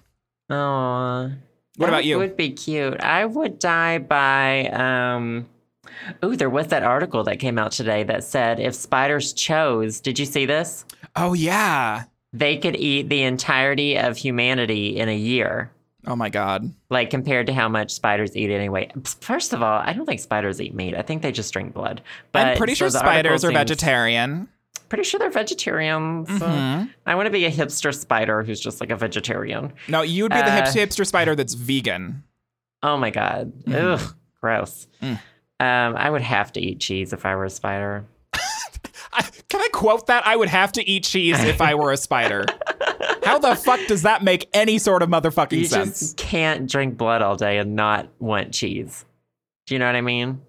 S1: Aww.
S2: What
S1: That
S2: about you?
S1: Would be cute. I would die by. Um, ooh, there was that article that came out today that said if spiders chose. Did you see this?
S2: Oh, yeah.
S1: they could eat the entirety of humanity in a year,
S2: Oh my God.
S1: like compared to how much spiders eat anyway. First of all, I don't think spiders eat meat. I think they just drink blood. But
S2: I'm pretty
S1: so
S2: sure
S1: the article
S2: spiders are
S1: seems-
S2: vegetarian.
S1: Pretty sure they're vegetarians. so
S2: Mhm.
S1: I want to be a hipster spider who's just like a vegetarian.
S2: No, you would be the
S1: Uh,
S2: hipster hipster spider that's vegan.
S1: Oh my god.
S2: Mhm.
S1: Ugh, gross.
S2: Mm.
S1: Um, I would have to eat cheese if I were a spider.
S2: I, can I quote that? I would have to eat cheese if I were a spider. How the fuck does that make any sort of motherfucking
S1: You
S2: sense?
S1: just can't drink blood all day and not want cheese. Do you know what I mean?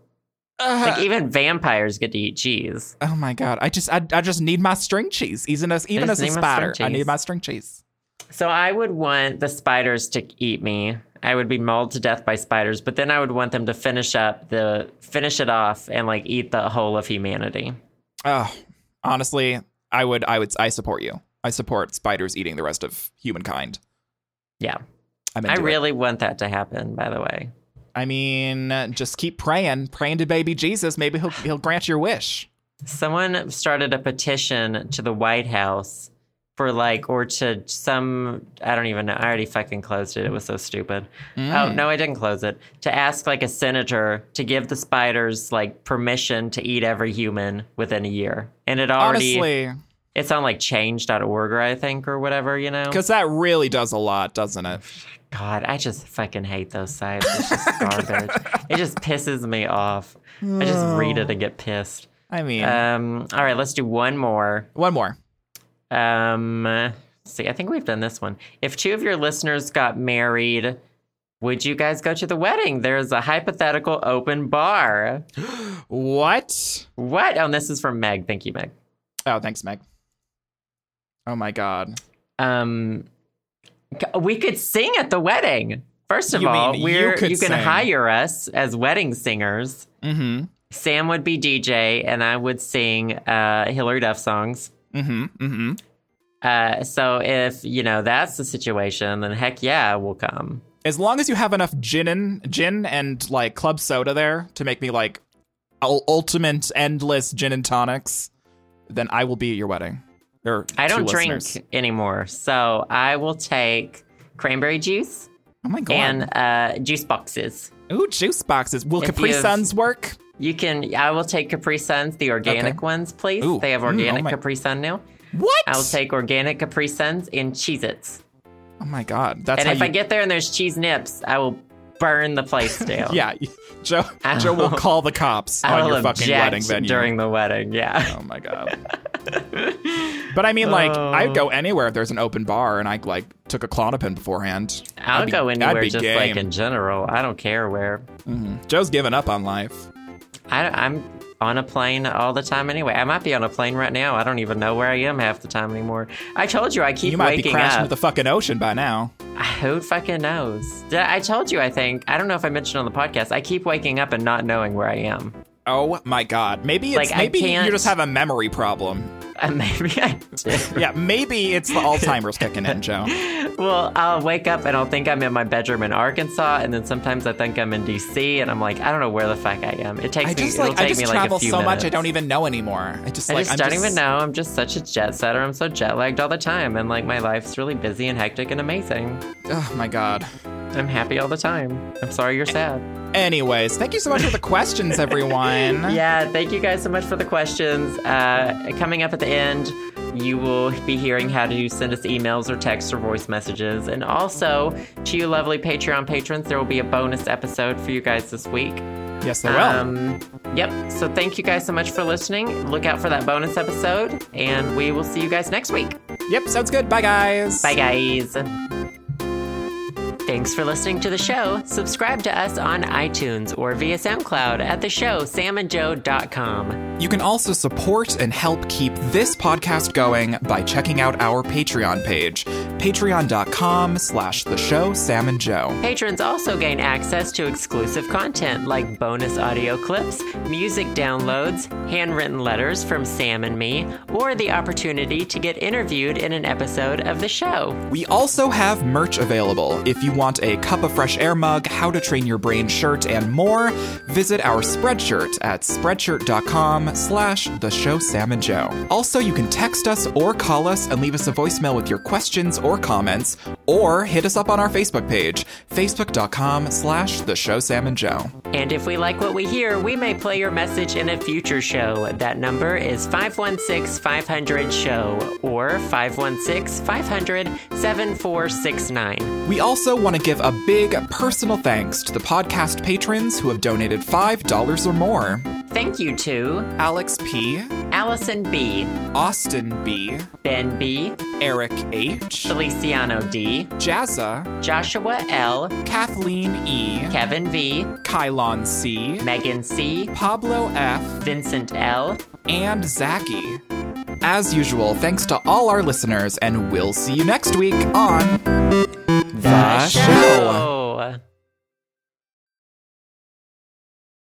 S2: Ugh.
S1: Like even vampires get to eat cheese.
S2: oh my god! I just I, I just need my string cheese. Even as even
S1: I just
S2: as a
S1: need my
S2: spider,
S1: string
S2: I need
S1: cheese.
S2: my string cheese.
S1: So I would want the spiders to eat me. I would be mauled to death by spiders, but then I would want them to finish up the finish it off and like eat the whole of humanity.
S2: Oh, honestly, I would I would I support you. I support spiders eating the rest of humankind.
S1: Yeah.
S2: I'm
S1: I
S2: into it.
S1: really want that to happen, by the way.
S2: I mean, just keep praying, praying to baby Jesus. Maybe he'll he'll grant your wish.
S1: Someone started a petition to the White House for like or to some I don't even know. I already fucking closed it. It was so stupid.
S2: Mm.
S1: Oh, no, I didn't close it. To ask like a senator to give the spiders like permission to eat every human within a year. And it already
S2: Honestly,
S1: it It's on like change.org or I think or whatever, you know?
S2: Because that really does a lot, doesn't it?
S1: God, I just fucking hate those sites. It's just garbage. it just pisses me off. I just read it and get pissed.
S2: I mean,
S1: Um, all right, let's do one more.
S2: one more.
S1: Um, let's see, I think we've done this one. If two of your listeners got married, would you guys go to the wedding? There's a hypothetical open bar.
S2: What?
S1: What? Oh, and this is from Meg. Thank you, Meg.
S2: Oh, thanks, Meg. Oh my God.
S1: Um, g- we could sing at the wedding. First of
S2: You mean
S1: all,
S2: you
S1: we're
S2: could
S1: you can
S2: sing?
S1: hire us as wedding singers.
S2: Mm-hmm.
S1: Sam would be DJ, and I would sing uh, Hillary Duff songs.
S2: Mm-hmm. Mm-hmm.
S1: Uh, so if you know that's the situation, then heck yeah, we'll come.
S2: As long as you have enough gin and gin and like club soda there to make me like ul- ultimate endless gin and tonics, then I will be at your wedding. Or
S1: I
S2: two
S1: don't drink
S2: listeners.
S1: anymore, so I will take cranberry juice
S2: Oh my god.
S1: and uh, juice boxes.
S2: Ooh, juice boxes. Will
S1: If
S2: Capri
S1: you've-
S2: Suns work?
S1: You can. I will take Capri Suns, the organic ones, please.
S2: Ooh,
S1: they have
S2: mm, oh
S1: organic
S2: my-
S1: Capri Sun now.
S2: What?
S1: I'll take organic Capri Suns and Cheez Its.
S2: Oh my god. That's
S1: And
S2: how
S1: if
S2: you
S1: I get there and there's cheese nips, I will burn the place down.
S2: Yeah, Joe
S1: I
S2: Joe will
S1: will-
S2: call the cops
S1: I
S2: on
S1: will
S2: your fucking
S1: object
S2: wedding venue.
S1: during the wedding. Yeah.
S2: Oh my god. but I mean, like, I'd
S1: Oh.
S2: go anywhere if there's an open bar, and I like took a clonopin beforehand.
S1: I'll
S2: I'd be-
S1: go
S2: I'd
S1: anywhere
S2: be
S1: just
S2: game.
S1: like in general. I don't care where.
S2: Joe's given up on life.
S1: I, I'm on a plane all the time anyway. I might be on a plane right now. I don't even know where I am half the time anymore. I told you I keep
S2: You might be
S1: waking
S2: crashing
S1: up.
S2: with the fucking ocean by now.
S1: Who fucking knows? Did I I told you, I think. I don't know if I mentioned on the podcast. I keep waking up and not knowing where I am.
S2: Oh my god. Maybe it's
S1: Like, I
S2: maybe you
S1: can't-
S2: just have a memory problem.
S1: And maybe I did.
S2: Yeah, maybe it's the Alzheimer's kicking in, Joe.
S1: Well, I'll wake up and I'll think I'm in my bedroom in Arkansas, and then sometimes I think I'm in DC, and I'm like, I don't know where the fuck I am. It takes
S2: I just
S1: me.
S2: like
S1: it'll take
S2: I just
S1: me
S2: travel
S1: like a few
S2: so much I
S1: minutes.
S2: don't even know anymore. I just
S1: I
S2: like
S1: just
S2: I'm
S1: don't even know. I'm just such a jet setter. I'm so jet lagged all the time, and like my life's really busy and hectic and amazing.
S2: Oh my god.
S1: I'm happy all the time. I'm sorry you're sad.
S2: Anyways, thank you so much for the questions, everyone.
S1: Yeah, thank you guys so much for the questions. Uh, coming up at the end, you will be hearing how to send us emails or text or voice messages. And also, to you lovely Patreon patrons, there will be a bonus episode for you guys this week.
S2: Yes, there will.
S1: Um, yep. So thank you guys so much for listening. Look out for that bonus episode, and we will see you guys next week.
S2: yep, sounds good. Bye, guys.
S1: Bye, guys. Thanks for listening to the show. Subscribe to us on iTunes or via SoundCloud at the show samandjoe.com.
S2: You can also support and help keep this podcast going by checking out our Patreon page, patreon.com slash the show Sam and Joe.
S1: Patrons also gain access to exclusive content like bonus audio clips, music downloads, handwritten letters from Sam and me, or the opportunity to get interviewed in an episode of the show.
S2: We also have merch available. If you want a cup of fresh air mug, how to train your brain shirt, and more, visit our spreadshirt at spreadshirt.com slash the show Sam and Joe. Also, you can text us or call us and leave us a voicemail with your questions or comments, or hit us up on our Facebook page, facebook.com slash the show Sam and Joe.
S1: And if we like what we hear, we may play your message in a future show. That number is 516 500 SHOW or 516 500 7469.
S2: We also want to give a big personal thanks to the podcast patrons who have donated $5 or more
S1: Thank you to
S2: Alex P.,
S1: Allison B.,
S2: Austin B.,
S1: Ben B.,
S2: Eric H.,
S1: Feliciano D.,
S2: Jazza,
S1: Joshua L.,
S2: Kathleen E.,
S1: Kevin V.,
S2: Kylon C.,
S1: Megan C.,
S2: Pablo F.,
S1: Vincent L.
S2: and Zaki. As usual, thanks to all our listeners, and we'll see you next week on The,
S1: Show.